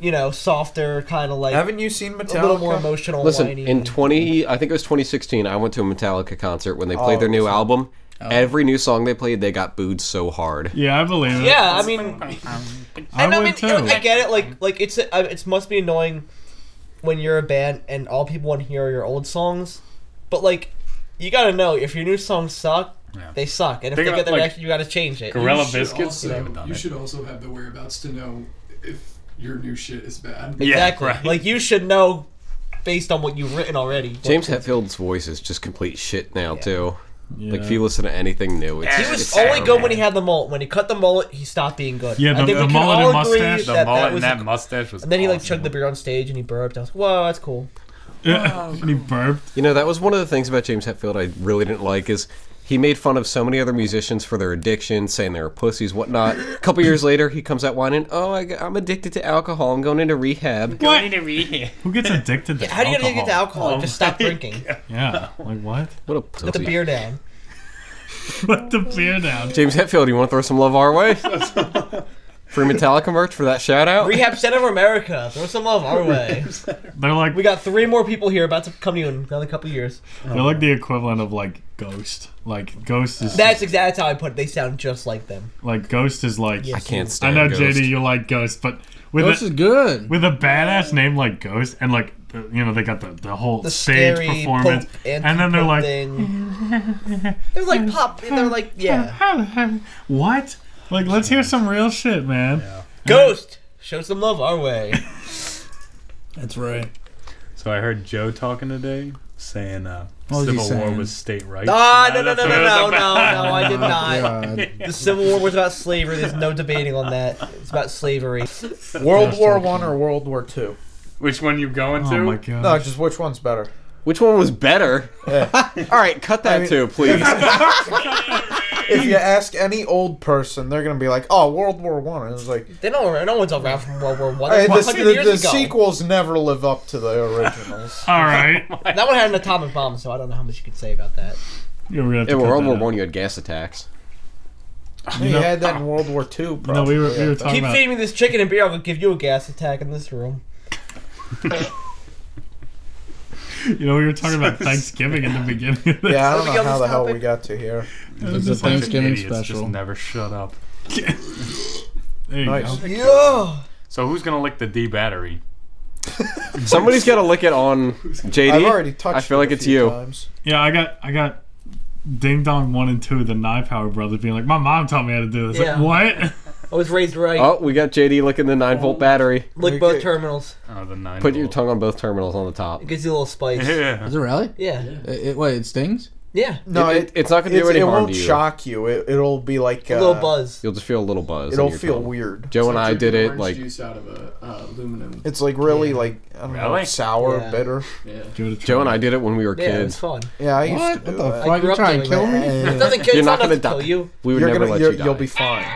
Speaker 8: you know, softer kind of like.
Speaker 4: Haven't you seen
Speaker 8: A little more
Speaker 4: Metallica?
Speaker 8: emotional.
Speaker 3: Listen,
Speaker 8: whiny.
Speaker 3: in 20, I think it was 2016, I went to a Metallica concert when they played
Speaker 8: Oh,
Speaker 3: their new
Speaker 8: so-
Speaker 3: album. Every new song they played, they got booed so hard.
Speaker 10: Yeah, I believe it.
Speaker 8: yeah, I mean,
Speaker 10: I
Speaker 8: and I
Speaker 10: would
Speaker 8: mean,
Speaker 10: too.
Speaker 8: I get it. Like like it's uh, it must be annoying when you're a band and all people want to hear are your old songs, but like you gotta know if your new songs suck. They suck, and
Speaker 1: Think
Speaker 8: if they get
Speaker 1: about,
Speaker 8: their
Speaker 1: like,
Speaker 8: reaction, you gotta change it.
Speaker 1: Gorilla
Speaker 8: You should
Speaker 1: Biscuits?
Speaker 8: also-
Speaker 1: Have done
Speaker 5: You
Speaker 1: it.
Speaker 5: should also have the whereabouts to know if your new shit is bad.
Speaker 8: Exactly. Like you should know based on what you've written already.
Speaker 3: James Hetfield's voice is just complete shit now, too. Like,
Speaker 10: Yeah.
Speaker 3: if you listen to anything new, it's,
Speaker 8: He was
Speaker 3: it's
Speaker 8: only
Speaker 3: terrible.
Speaker 8: good when he had the mullet. When he cut the mullet, he stopped being good.
Speaker 10: Yeah,
Speaker 8: I
Speaker 10: the,
Speaker 8: think
Speaker 10: the
Speaker 8: we can
Speaker 10: mullet
Speaker 8: all
Speaker 10: and
Speaker 8: agree
Speaker 10: mustache.
Speaker 8: that that was a-
Speaker 1: mustache was.
Speaker 8: And then he like chugged the beer on stage and he burped. I was like, whoa, that's cool.
Speaker 10: and he burped.
Speaker 3: You know, that was one of the things about James Hetfield I really didn't like is he made fun of so many other musicians for their addiction, saying they were pussies, whatnot. A couple years later, he comes out whining, "Oh, I, am addicted to alcohol. I'm going into rehab."
Speaker 10: What?
Speaker 1: to read
Speaker 10: Who gets addicted to
Speaker 8: How do you
Speaker 10: alcohol?
Speaker 8: get to alcohol? Just stop drinking.
Speaker 10: Yeah, like what?
Speaker 3: What a
Speaker 8: Put the
Speaker 3: pussy.
Speaker 8: beer down.
Speaker 10: Put the beer down.
Speaker 3: James Hetfield, you want to throw some love our way? Free Metallica merch for that shout out.
Speaker 8: Rehab Center of America. Throw some love our way.
Speaker 10: They're like
Speaker 8: We got three more people here about to come to you in another couple years.
Speaker 10: they're like the equivalent of like Ghost. Like Ghost is
Speaker 8: That's exactly how I put it. They sound just like them.
Speaker 10: like Ghost is like
Speaker 8: Yes, I can't
Speaker 3: stand
Speaker 10: I know
Speaker 3: Ghost.
Speaker 10: JD, you like Ghost, but with
Speaker 12: Ghost
Speaker 10: a,
Speaker 12: is good.
Speaker 10: with a badass name like Ghost, and like the, you know they got the, the whole
Speaker 8: The
Speaker 10: stage
Speaker 8: scary
Speaker 10: performance,
Speaker 8: Pope
Speaker 10: and then they're
Speaker 8: anti-Pope
Speaker 10: like,
Speaker 8: thing. they're like pop. They're like yeah.
Speaker 10: what? Like let's hear some real shit, man.
Speaker 8: Ghost, show some love our way.
Speaker 12: That's right.
Speaker 1: So I heard Joe talking today, saying uh,
Speaker 12: What was he
Speaker 1: Civil War
Speaker 12: saying?
Speaker 1: was state rights.
Speaker 8: Ah, no,
Speaker 1: Nah,
Speaker 8: no, no,
Speaker 1: that's
Speaker 8: no,
Speaker 1: what it
Speaker 8: no, no,
Speaker 1: was
Speaker 8: no,
Speaker 1: about.
Speaker 8: no, I did
Speaker 12: God.
Speaker 8: not. The Civil War was about slavery. There's no debating on that. It's about slavery.
Speaker 4: World War One or World War Two?
Speaker 1: Which one you going to?
Speaker 10: Oh my god.
Speaker 4: No, just which one's better?
Speaker 3: Which one was better? All right, cut that too, please.
Speaker 4: If you ask any old person, they're gonna be like, "Oh, World War One." And it's like,
Speaker 8: They don't. No one's around from World War One.
Speaker 4: hey,
Speaker 8: That was
Speaker 4: this,
Speaker 8: 100
Speaker 4: the,
Speaker 8: years
Speaker 4: the
Speaker 8: ago.
Speaker 4: sequels never live up to the originals.
Speaker 10: All right,
Speaker 8: That one had an atomic bomb, so I don't know how much you could say about that.
Speaker 10: yeah, we're gonna have to
Speaker 3: In
Speaker 10: cut
Speaker 3: World
Speaker 10: that
Speaker 3: War
Speaker 10: out.
Speaker 3: One, you had gas attacks.
Speaker 4: you
Speaker 10: know-
Speaker 4: had that in World War Two.
Speaker 10: No,
Speaker 4: Probably.
Speaker 10: we were we were
Speaker 8: Keep
Speaker 10: talking about
Speaker 8: feeding me this chicken and beer. I'll give you a gas attack in this room.
Speaker 10: you know we were talking about Thanksgiving in the beginning. Of this.
Speaker 4: Yeah, I don't
Speaker 8: Let me
Speaker 4: know
Speaker 8: get
Speaker 4: how
Speaker 8: on
Speaker 4: the
Speaker 8: this
Speaker 4: hell
Speaker 8: topic.
Speaker 4: we got to here.
Speaker 10: It's
Speaker 12: It's a
Speaker 10: just like-
Speaker 12: Thanksgiving
Speaker 1: Idiots just
Speaker 12: special.
Speaker 1: never shut up.
Speaker 10: There you
Speaker 4: Nice.
Speaker 10: go.
Speaker 8: Yeah.
Speaker 1: So who's gonna lick the D battery?
Speaker 3: Somebody's got to lick it on JD.
Speaker 4: I've already touched.
Speaker 3: I feel
Speaker 4: it
Speaker 3: like
Speaker 4: a
Speaker 3: it's
Speaker 4: few
Speaker 3: you.
Speaker 4: Times.
Speaker 10: Yeah, I got I got Ding Dong One and Two, the Knife Power Brothers, being like, my mom taught me how to do this.
Speaker 8: Yeah.
Speaker 10: Like, what?
Speaker 8: I was raised right.
Speaker 3: Oh, we got JD looking the nine
Speaker 4: Oh.
Speaker 3: volt battery.
Speaker 8: Lick both terminals.
Speaker 1: Oh, the nine.
Speaker 3: Put your tongue on both terminals on the top.
Speaker 8: It gives you a little spice.
Speaker 12: Is it really?
Speaker 8: Yeah.
Speaker 12: It, it, wait, it stings?
Speaker 8: Yeah.
Speaker 4: No,
Speaker 3: It- it- it's not gonna do any
Speaker 4: it
Speaker 3: harm
Speaker 4: won't
Speaker 3: to you.
Speaker 4: shock you. It, it'll be like uh,
Speaker 3: You'll just feel a little buzz.
Speaker 4: It'll
Speaker 3: in your
Speaker 4: feel
Speaker 3: tongue.
Speaker 4: weird.
Speaker 3: Joe and I did it
Speaker 5: Orange
Speaker 3: like
Speaker 5: juice out of a uh, aluminum.
Speaker 4: It's like really like I don't know,
Speaker 5: Really?
Speaker 4: sour,
Speaker 5: Yeah.
Speaker 4: bitter.
Speaker 5: Yeah.
Speaker 3: Joe and I did it when we were
Speaker 5: Yeah,
Speaker 3: kids.
Speaker 5: it's fun.
Speaker 4: Yeah, I used
Speaker 5: What?
Speaker 4: to do
Speaker 5: What the
Speaker 4: that.
Speaker 5: fuck? I grew You up trying to doing kill that. me? It doesn't kill-
Speaker 3: You're
Speaker 5: it's
Speaker 3: not
Speaker 5: not
Speaker 3: gonna
Speaker 5: enough to
Speaker 3: die.
Speaker 5: kill you.
Speaker 3: We would
Speaker 4: You're
Speaker 3: never
Speaker 4: gonna-
Speaker 3: let
Speaker 4: you're-
Speaker 3: you die.
Speaker 4: You'll be fine.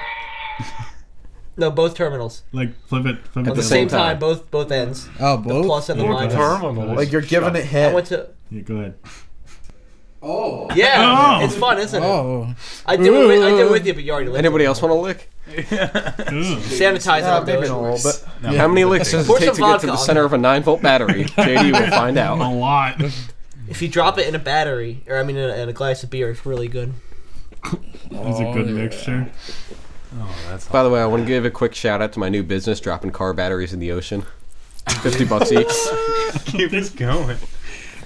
Speaker 8: No, both terminals.
Speaker 10: Like flip it, flip
Speaker 8: At
Speaker 10: it
Speaker 8: the
Speaker 10: down.
Speaker 8: same time, both both ends.
Speaker 12: Oh,
Speaker 8: The plus and the
Speaker 10: Both
Speaker 8: minus.
Speaker 10: terminals. Like, you're giving it
Speaker 8: I
Speaker 10: head.
Speaker 8: went to.
Speaker 10: Yeah, go ahead.
Speaker 8: Oh. Yeah.
Speaker 10: Oh.
Speaker 8: It's fun, isn't it?
Speaker 12: Oh.
Speaker 8: I did it with, I did it with you, but you already licked.
Speaker 3: Anybody else want to lick?
Speaker 8: Sanitize
Speaker 4: Yeah,
Speaker 8: it.
Speaker 4: maybe
Speaker 8: a
Speaker 4: little bit.
Speaker 3: How many licks does it take to get to the center of a nine volt battery? JD will find out.
Speaker 10: A lot.
Speaker 8: If you drop it in a battery, or I mean, in a, in a glass of beer, it's really good.
Speaker 10: It's a good mixture.
Speaker 3: By the way, I want to give a quick shout out to my new business, dropping car batteries in the ocean. Fifty bucks each.
Speaker 1: keep this going.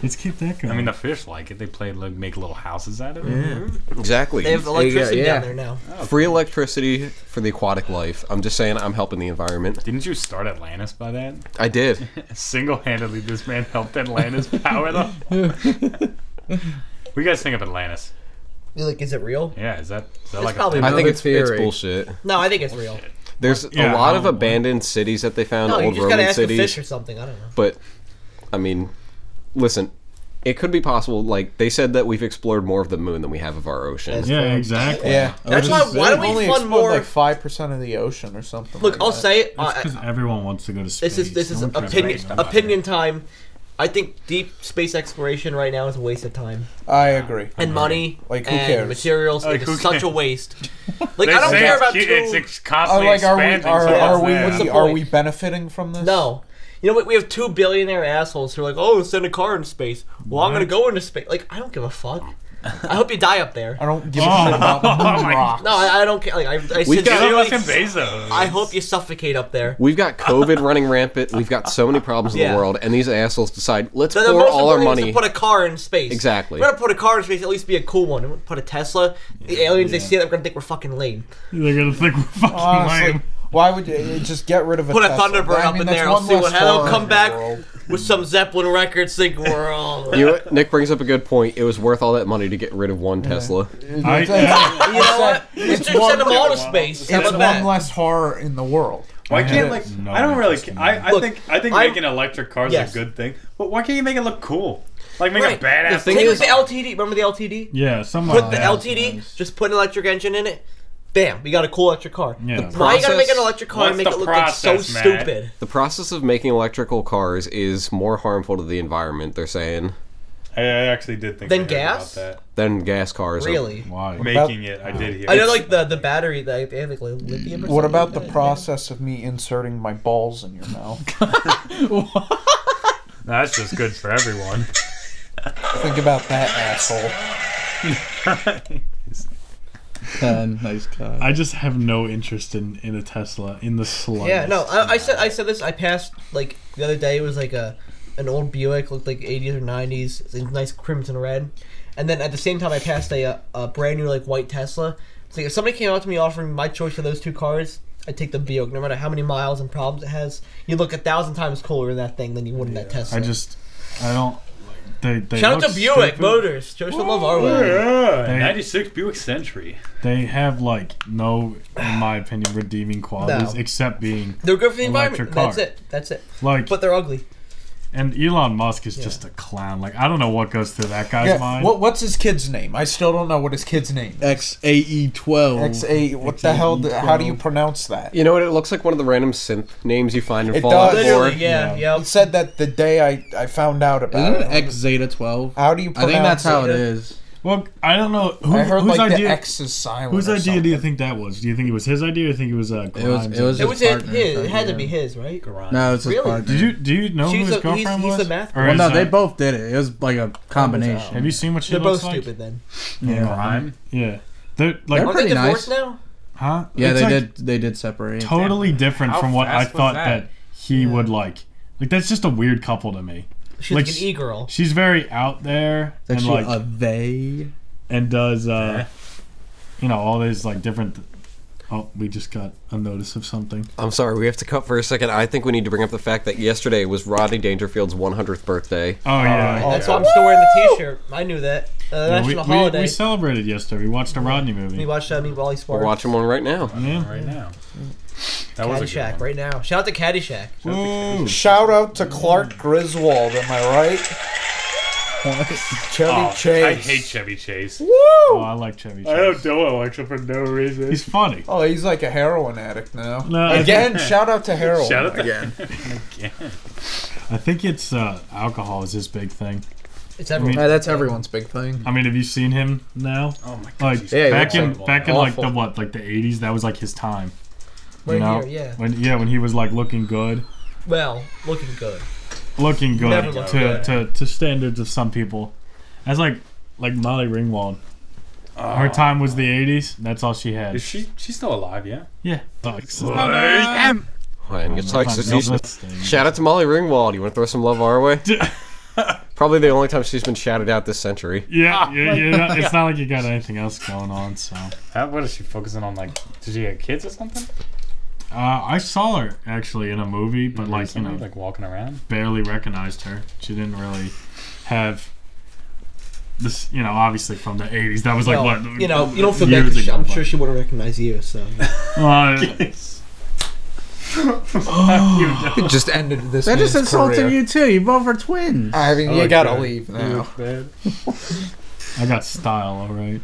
Speaker 10: Let's keep that going.
Speaker 1: I mean, the fish like it. They play like make little houses out of it.
Speaker 3: Exactly.
Speaker 8: They have electricity down there now.
Speaker 3: Free electricity for the aquatic life. I'm just saying, I'm helping the environment.
Speaker 1: Didn't you start Atlantis by that?
Speaker 3: I did.
Speaker 1: Single-handedly, this man helped Atlantis power them. we guys think of Atlantis.
Speaker 8: You're like, is it real?
Speaker 1: Yeah, is that is that
Speaker 8: It's
Speaker 1: like
Speaker 8: probably
Speaker 1: a
Speaker 3: I think
Speaker 8: Another
Speaker 3: it's, it's
Speaker 8: theory.
Speaker 3: bullshit.
Speaker 8: No, I think it's real.
Speaker 3: There's
Speaker 8: Yeah,
Speaker 3: a lot
Speaker 8: I
Speaker 3: of abandoned cities that they found,
Speaker 8: No, you
Speaker 3: old
Speaker 8: just gotta
Speaker 3: Roman
Speaker 8: ask a
Speaker 3: cities.
Speaker 8: fish or something, I don't know.
Speaker 3: But, I mean, listen, it could be possible. Like they said that we've explored more of the moon than we have of our ocean.
Speaker 10: That's Yeah, fair. exactly.
Speaker 4: Yeah.
Speaker 8: That's why- why don't we
Speaker 4: only
Speaker 8: fund
Speaker 4: explored
Speaker 8: more-
Speaker 4: like five percent of the ocean or something?
Speaker 8: Look,
Speaker 4: like
Speaker 8: I'll
Speaker 4: that.
Speaker 8: say it.
Speaker 10: It's
Speaker 8: I,
Speaker 10: because everyone wants to go to space.
Speaker 8: this is this is
Speaker 10: No one cares about
Speaker 8: opinion
Speaker 10: space.
Speaker 8: opinion time. I think deep space exploration right now is a waste of time
Speaker 4: I agree.
Speaker 8: and money,
Speaker 4: Like, who
Speaker 8: and
Speaker 4: cares?
Speaker 8: materials.
Speaker 4: Like,
Speaker 8: it
Speaker 4: who
Speaker 8: is such
Speaker 4: cares?
Speaker 8: a waste. Like
Speaker 1: They
Speaker 8: I don't
Speaker 1: say
Speaker 8: care
Speaker 1: it's
Speaker 8: about
Speaker 1: cu-
Speaker 8: two.
Speaker 1: it's ex- constantly
Speaker 4: like, are we-
Speaker 1: expanding,
Speaker 4: are-
Speaker 1: so
Speaker 4: are
Speaker 1: it's
Speaker 4: we-
Speaker 1: bad.
Speaker 4: what's the
Speaker 8: Are we
Speaker 4: benefiting from this?
Speaker 8: No. You know what? We have two billionaire assholes who are like, "Oh, send a car into space." Well, I'm gonna go into space. Like, I don't give a fuck. I hope you die up there. I
Speaker 4: don't give a shit about moon rocks.
Speaker 8: No, I, I don't care. Like, I, I
Speaker 3: We've got-
Speaker 8: sincerely-
Speaker 3: Elon
Speaker 1: Bezos.
Speaker 8: I hope you suffocate up there.
Speaker 3: We've got COVID running rampant. We've got so many problems in
Speaker 8: Yeah.
Speaker 3: the world, and these assholes decide let's
Speaker 8: So the
Speaker 3: pour
Speaker 8: most
Speaker 3: all our
Speaker 8: important thing
Speaker 3: money.
Speaker 8: is to put a car in space.
Speaker 3: Exactly.
Speaker 8: We're gonna put a car in space. At least be a cool one. We're gonna Put a Tesla. The aliens they see that we're gonna think we're fucking lame.
Speaker 10: They're gonna think we're fucking
Speaker 4: Honestly, why would you you just get rid of a
Speaker 8: Put a
Speaker 4: Tesla?
Speaker 8: Thunderbird
Speaker 4: I
Speaker 8: up
Speaker 4: mean,
Speaker 8: in
Speaker 4: that's
Speaker 8: there. I'll
Speaker 4: one
Speaker 8: see
Speaker 4: less
Speaker 8: what hell.
Speaker 4: car
Speaker 8: Come
Speaker 4: in the
Speaker 8: back
Speaker 4: world.
Speaker 8: with some Zeppelin records. Think we're all.
Speaker 3: You know what? Nick brings up a good point. It was worth all that money to get rid of one Tesla.
Speaker 4: I-
Speaker 8: you know what?
Speaker 4: It's
Speaker 8: Just send them
Speaker 4: one-
Speaker 8: all to space. How
Speaker 4: It's
Speaker 8: about
Speaker 4: one
Speaker 8: that?
Speaker 4: less horror in the world.
Speaker 1: Why
Speaker 4: Yeah.
Speaker 1: can't like I don't really ca- I, I
Speaker 8: Look,
Speaker 1: think I think
Speaker 8: I'm-
Speaker 1: making electric cars
Speaker 8: Yes.
Speaker 1: is a good thing. But why can't you make it look cool? Like make
Speaker 8: Right.
Speaker 1: a badass
Speaker 8: Take the LTD. Remember the LTD?
Speaker 10: Yeah, some
Speaker 8: Put the LTD. Just put an electric engine in it. Bam! We got a cool electric car.
Speaker 3: Yeah.
Speaker 8: The- Why you gotta make an electric car and
Speaker 1: What's
Speaker 8: make
Speaker 1: the
Speaker 8: it look like so
Speaker 1: process, Matt?
Speaker 8: stupid?
Speaker 3: The process of making electrical cars is more harmful to the environment. They're saying
Speaker 1: I, I actually did think
Speaker 8: Then
Speaker 1: I heard about
Speaker 8: gas?
Speaker 1: that.
Speaker 3: than gas cars.
Speaker 8: Really?
Speaker 10: Why?
Speaker 1: Making it, I did hear.
Speaker 8: I know, like the the battery. They they have like lithium. Or
Speaker 4: What
Speaker 8: something
Speaker 4: about the
Speaker 8: like that.
Speaker 4: process of me inserting my balls in your mouth?
Speaker 1: That's just good for everyone.
Speaker 4: Think about that, asshole.
Speaker 12: nice car.
Speaker 10: I just have no interest in, in a Tesla in the slightest.
Speaker 8: Yeah, no, I, I said I said this. I passed like the other day. It was like a an old Buick, looked like 80s or 90s, it's in nice crimson red. And then at the same time, I passed a, uh, a brand new like white Tesla. It's like if somebody came out to me offering my choice of those two cars, I'd take the Buick, no matter how many miles and problems it has. You look a thousand times cooler in that thing than you would in that Tesla.
Speaker 10: I just I don't. They, they
Speaker 8: Shout out
Speaker 10: look
Speaker 8: to Buick
Speaker 10: stupid.
Speaker 8: Motors. Joe should love our one.
Speaker 10: They-
Speaker 1: '96 Buick Century.
Speaker 10: They have like no, in my opinion, redeeming qualities
Speaker 8: No.
Speaker 10: except being
Speaker 8: They're good for the
Speaker 10: electric
Speaker 8: environment.
Speaker 10: car.
Speaker 8: That's it. That's it.
Speaker 10: Like,
Speaker 8: but they're ugly.
Speaker 10: And Elon Musk is just a clown. Like I don't know what goes through that guy's
Speaker 4: Yeah,
Speaker 10: mind.
Speaker 4: What, what's his kid's name? I still don't know what his kid's name.
Speaker 12: X A E twelve.
Speaker 4: X A. What the hell? do- How do you pronounce that?
Speaker 3: You know what? It looks like one of the random synth names you find in
Speaker 4: It
Speaker 3: Fallout
Speaker 4: does.
Speaker 3: 4.
Speaker 8: yeah.
Speaker 4: He said that the day I, I found out about
Speaker 12: Isn't it
Speaker 4: it.
Speaker 12: X Zeta twelve?
Speaker 4: How do you
Speaker 12: I
Speaker 4: pronounce
Speaker 12: think that's how it
Speaker 4: it
Speaker 12: is.
Speaker 10: Well, I don't know who,
Speaker 4: I heard
Speaker 10: whose
Speaker 4: like
Speaker 10: idea.
Speaker 4: the X is silent.
Speaker 10: whose
Speaker 4: or
Speaker 10: idea
Speaker 4: something.
Speaker 10: do you think that was? Do you think it was his idea? or do you think it was uh,
Speaker 12: It was-
Speaker 10: Grimes'
Speaker 12: it was
Speaker 10: idea?
Speaker 8: It was his, his. It had to be his, right?
Speaker 12: No, it's his
Speaker 8: really?
Speaker 12: partner.
Speaker 10: Did you do you know
Speaker 8: She's
Speaker 10: who his
Speaker 8: a- he's-
Speaker 10: girlfriend
Speaker 8: he's
Speaker 10: was?
Speaker 8: a math- um,
Speaker 10: Or
Speaker 12: Well,
Speaker 10: is
Speaker 12: no, they
Speaker 10: that-
Speaker 12: both did it. It was like a combination.
Speaker 10: Have you seen what she
Speaker 8: They're both
Speaker 10: looks like?
Speaker 8: stupid then.
Speaker 12: Yeah.
Speaker 1: Grime?
Speaker 10: Yeah, they're like
Speaker 12: They're
Speaker 8: Aren't they
Speaker 12: pretty
Speaker 8: divorced
Speaker 12: nice.
Speaker 8: now?
Speaker 10: huh?
Speaker 12: Yeah,
Speaker 10: It's
Speaker 12: they
Speaker 10: like
Speaker 12: did. They did separate.
Speaker 10: Totally different
Speaker 1: How
Speaker 10: from what I
Speaker 1: fast was
Speaker 10: thought
Speaker 1: that?
Speaker 10: that, he would like. Like that's just a weird couple to me.
Speaker 8: She's like,
Speaker 10: sh-
Speaker 8: an e-girl.
Speaker 10: She's very out there
Speaker 12: It's
Speaker 10: and
Speaker 12: actually
Speaker 10: like
Speaker 12: a they.
Speaker 10: and does uh, you know all these like different Oh, we just got a notice of something.
Speaker 3: I'm sorry, we have to cut for a second. I think we need to bring up the fact that yesterday was Rodney Dangerfield's 100th birthday.
Speaker 10: Oh, yeah. Oh,
Speaker 8: That's why I'm still wearing the T-shirt. I knew that. Uh,
Speaker 10: Yeah, we,
Speaker 8: national
Speaker 10: we-
Speaker 8: holiday.
Speaker 10: we celebrated yesterday. We watched a Rodney movie.
Speaker 8: We watched uh, Meatball Sports.
Speaker 3: We're watching one right now.
Speaker 10: Right now.
Speaker 8: Mm.
Speaker 1: That was a good
Speaker 8: Caddyshack right now. Shout out to Caddyshack.
Speaker 4: Shout out to Clark Griswold. Am I right? Chevy
Speaker 1: Oh,
Speaker 4: Chase.
Speaker 1: I hate Chevy Chase.
Speaker 4: Woo!
Speaker 10: Oh, I like Chevy Chase.
Speaker 1: I don't know Alexa for no reason.
Speaker 10: He's funny.
Speaker 4: Oh, he's like a heroin addict now.
Speaker 10: No, I
Speaker 4: again,
Speaker 10: think-
Speaker 4: shout out to heroin.
Speaker 1: Uh, Shout out to-
Speaker 4: again.
Speaker 1: again.
Speaker 10: I think it's uh, alcohol is his big thing.
Speaker 8: It's
Speaker 10: I
Speaker 9: everyone.
Speaker 10: mean-
Speaker 9: Yeah, that's everyone's big thing.
Speaker 10: I mean, have you seen him now?
Speaker 1: Oh my
Speaker 10: god! Like,
Speaker 9: he's Yeah, he
Speaker 10: back
Speaker 9: looks
Speaker 10: in
Speaker 9: like-
Speaker 10: back in like the
Speaker 9: awful.
Speaker 10: what, like the '80s? That was like his time.
Speaker 8: Right here, yeah.
Speaker 10: When yeah, when he was like looking good,
Speaker 8: Well, looking good.
Speaker 10: looking
Speaker 8: Never
Speaker 10: good to,
Speaker 8: looked
Speaker 10: to,
Speaker 8: good.
Speaker 10: to standards of some people. That's like like Molly Ringwald. Her time was the '80s. That's all she had.
Speaker 1: Ah. Is she? She's still alive, yeah.
Speaker 10: Yeah.
Speaker 3: And
Speaker 12: Mm-hmm.
Speaker 3: it's like-
Speaker 10: fucking goodness.
Speaker 3: shout out to Molly Ringwald. You want to throw some love our way? Probably the only time she's been shouted out this century.
Speaker 10: Yeah, you
Speaker 1: my
Speaker 10: you're not, it's
Speaker 1: God.
Speaker 10: not Ah, like you got anything else going on. So uh,
Speaker 1: How, what is she focusing on? Like, did she have kids or something?
Speaker 10: I saw her actually in a movie, but like you know,
Speaker 1: Somebody, like walking around.
Speaker 10: barely recognized her. She didn't really have this, you know, obviously from the 80s. That was like
Speaker 8: Well,
Speaker 10: what
Speaker 8: You know, you don't feel bad.
Speaker 10: years
Speaker 8: for sh-
Speaker 10: ago,
Speaker 8: I'm
Speaker 10: but-
Speaker 8: sure she would have recognized you. So.
Speaker 10: Uh,
Speaker 9: It
Speaker 4: just ended this.
Speaker 12: That just
Speaker 4: man's
Speaker 12: insulted
Speaker 4: career.
Speaker 12: you too. You both are twins.
Speaker 4: I mean, you gotta leave now.
Speaker 10: I got style, all right.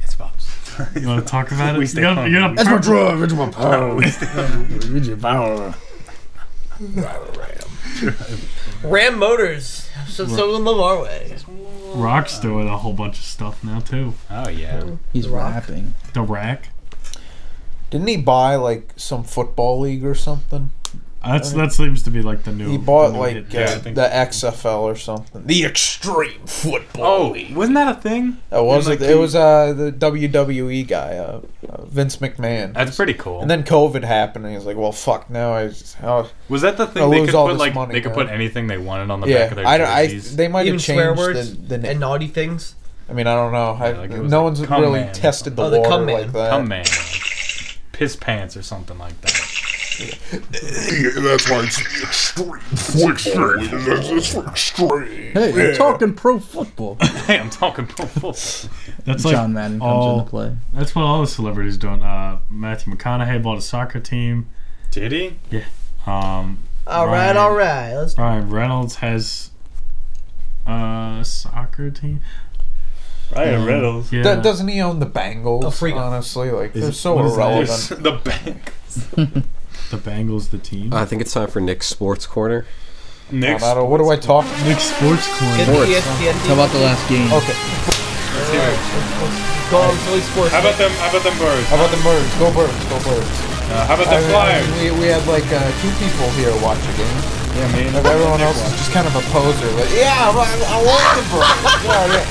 Speaker 10: It's Bob's. You want to talk about it?
Speaker 12: We
Speaker 10: You
Speaker 12: stay
Speaker 10: got- you got a
Speaker 12: That's my
Speaker 10: purple-
Speaker 12: drive. It's my power. It's your power.
Speaker 8: Ram Motors. So so in love our way.
Speaker 10: Rock's doing a whole bunch of stuff now too.
Speaker 1: Oh yeah,
Speaker 12: He's
Speaker 4: The Rock.
Speaker 12: rapping.
Speaker 10: The rack.
Speaker 4: Didn't he buy like some football league or something?
Speaker 10: That's that seems to be like the new.
Speaker 4: He bought
Speaker 10: the new
Speaker 4: like
Speaker 10: hit.
Speaker 4: uh, the XFL or something. The Extreme Football
Speaker 1: Oh,
Speaker 4: League.
Speaker 1: wasn't that a thing?
Speaker 4: That was
Speaker 1: And,
Speaker 4: it.
Speaker 1: like,
Speaker 4: It
Speaker 1: he-
Speaker 4: was uh, the WWE guy, uh, uh, Vince McMahon.
Speaker 1: That's pretty cool.
Speaker 4: And then COVID happened, and he's like, "Well, fuck. Now I just, how
Speaker 1: was that the
Speaker 4: I'll
Speaker 1: thing they
Speaker 4: lose
Speaker 1: could
Speaker 4: all
Speaker 1: put
Speaker 4: this
Speaker 1: like
Speaker 4: money
Speaker 1: they could
Speaker 4: now.
Speaker 1: put anything they wanted on the
Speaker 4: yeah,
Speaker 1: back of their
Speaker 4: I don't. I,
Speaker 1: jerseys?
Speaker 4: they might
Speaker 8: Even
Speaker 4: have
Speaker 8: swear
Speaker 4: changed
Speaker 8: words
Speaker 4: the, the
Speaker 8: and
Speaker 4: name.
Speaker 8: naughty things.
Speaker 4: I mean, I don't know. I,
Speaker 1: like, it was like,
Speaker 4: no one's
Speaker 1: "Come
Speaker 4: really
Speaker 1: man."
Speaker 4: tested the
Speaker 8: Oh, the
Speaker 4: water
Speaker 8: cum man.
Speaker 4: like that.
Speaker 1: Come man, piss pants or something like that.
Speaker 7: that's why it's the extreme football. league. That's, that's for extreme.
Speaker 12: Hey,
Speaker 7: yeah.
Speaker 12: you're talking pro football.
Speaker 1: hey, I'm talking pro football.
Speaker 10: That's like
Speaker 12: John Madden comes
Speaker 10: all,
Speaker 12: into play.
Speaker 10: That's what all the celebrities doing. Uh, Matthew McConaughey bought a soccer team.
Speaker 1: Did he?
Speaker 10: Yeah. Um.
Speaker 8: All right,
Speaker 10: Ryan-
Speaker 8: all right. Let's
Speaker 10: Ryan Reynolds has a soccer team.
Speaker 1: Ryan Reynolds.
Speaker 10: Yeah.
Speaker 4: That doesn't he own the Bengals?
Speaker 8: A freak-
Speaker 4: honestly, like
Speaker 10: Is
Speaker 4: they're
Speaker 10: it-
Speaker 4: so
Speaker 10: what is that?
Speaker 4: irrelevant.
Speaker 1: the bank.
Speaker 10: the Bengals the team.
Speaker 3: Uh,
Speaker 4: Uh.
Speaker 3: I think it's time for Nick's Sports Corner.
Speaker 1: Nick's
Speaker 4: I don't know, what do I talk?
Speaker 10: Nick's Sports Corner.
Speaker 8: get the ESPN.
Speaker 12: How about the last game?
Speaker 4: Okay,
Speaker 8: Go on, Philly Sports.
Speaker 1: How about them? How about them birds?
Speaker 4: how about the birds? Go birds! Go birds!
Speaker 1: Uh, how about
Speaker 4: I
Speaker 1: them
Speaker 4: mean,
Speaker 1: flyers?
Speaker 4: We, we had like uh, two people here watch a game.
Speaker 1: Yeah, me and
Speaker 4: And everyone else is just kind of a poser. Like, yeah, I, I want the birds. Yeah, yeah.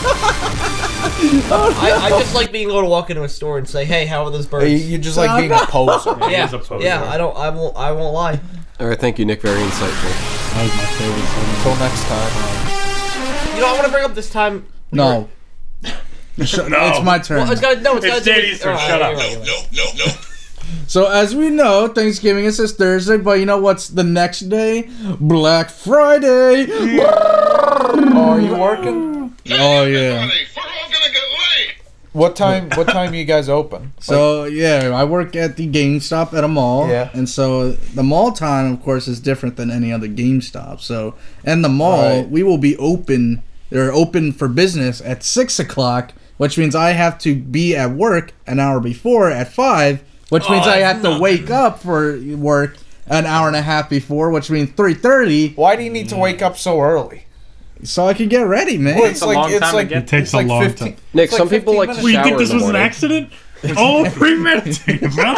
Speaker 4: Yeah, man.
Speaker 8: I, I just like being able to walk into a store and say, "Hey, how are those birds?"
Speaker 4: Hey, you just like being a poser.
Speaker 1: He
Speaker 8: yeah,
Speaker 1: is a poser.
Speaker 8: yeah. I don't. I won't. I won't lie.
Speaker 3: All right, thank you, Nick. Very insightful.
Speaker 10: That was my favorite. segment.
Speaker 4: Until next time.
Speaker 8: You know, I want to bring up this time.
Speaker 1: No.
Speaker 12: No. It's my turn.
Speaker 8: Well, it's got no. It's,
Speaker 1: It's
Speaker 8: got to
Speaker 1: Danny's turn, shut up.
Speaker 12: So as we know, Thanksgiving is this Thursday, but you know what's the next day? Black Friday.
Speaker 4: Oh, are you working?
Speaker 12: Oh yeah.
Speaker 4: What time? What time you guys open?
Speaker 12: So yeah, I work at the GameStop at a mall.
Speaker 4: Yeah.
Speaker 12: And so the mall time, of course, is different than any other GameStop. So and the mall,
Speaker 4: Right.
Speaker 12: we will be open. They're open for business at six o'clock, which means I have to be at work an hour before at five, which
Speaker 4: Oh,
Speaker 12: means I have to wake up for work an hour and a half before, which means three thirty,
Speaker 4: Why do you need to wake up so early?
Speaker 12: so I can get ready, man.
Speaker 4: Well, it's,
Speaker 1: a
Speaker 4: like
Speaker 1: long
Speaker 4: it's
Speaker 1: time to
Speaker 4: like
Speaker 1: get-
Speaker 10: It takes
Speaker 4: it's
Speaker 10: a
Speaker 4: like
Speaker 10: long
Speaker 4: 15
Speaker 10: time.
Speaker 3: Nick,
Speaker 4: like
Speaker 3: some
Speaker 4: 15
Speaker 3: people like to
Speaker 4: minutes.
Speaker 3: shower
Speaker 4: Well,
Speaker 10: you think
Speaker 3: in
Speaker 10: this
Speaker 3: the
Speaker 10: was an
Speaker 3: morning.
Speaker 10: accident? All premeditated, bro.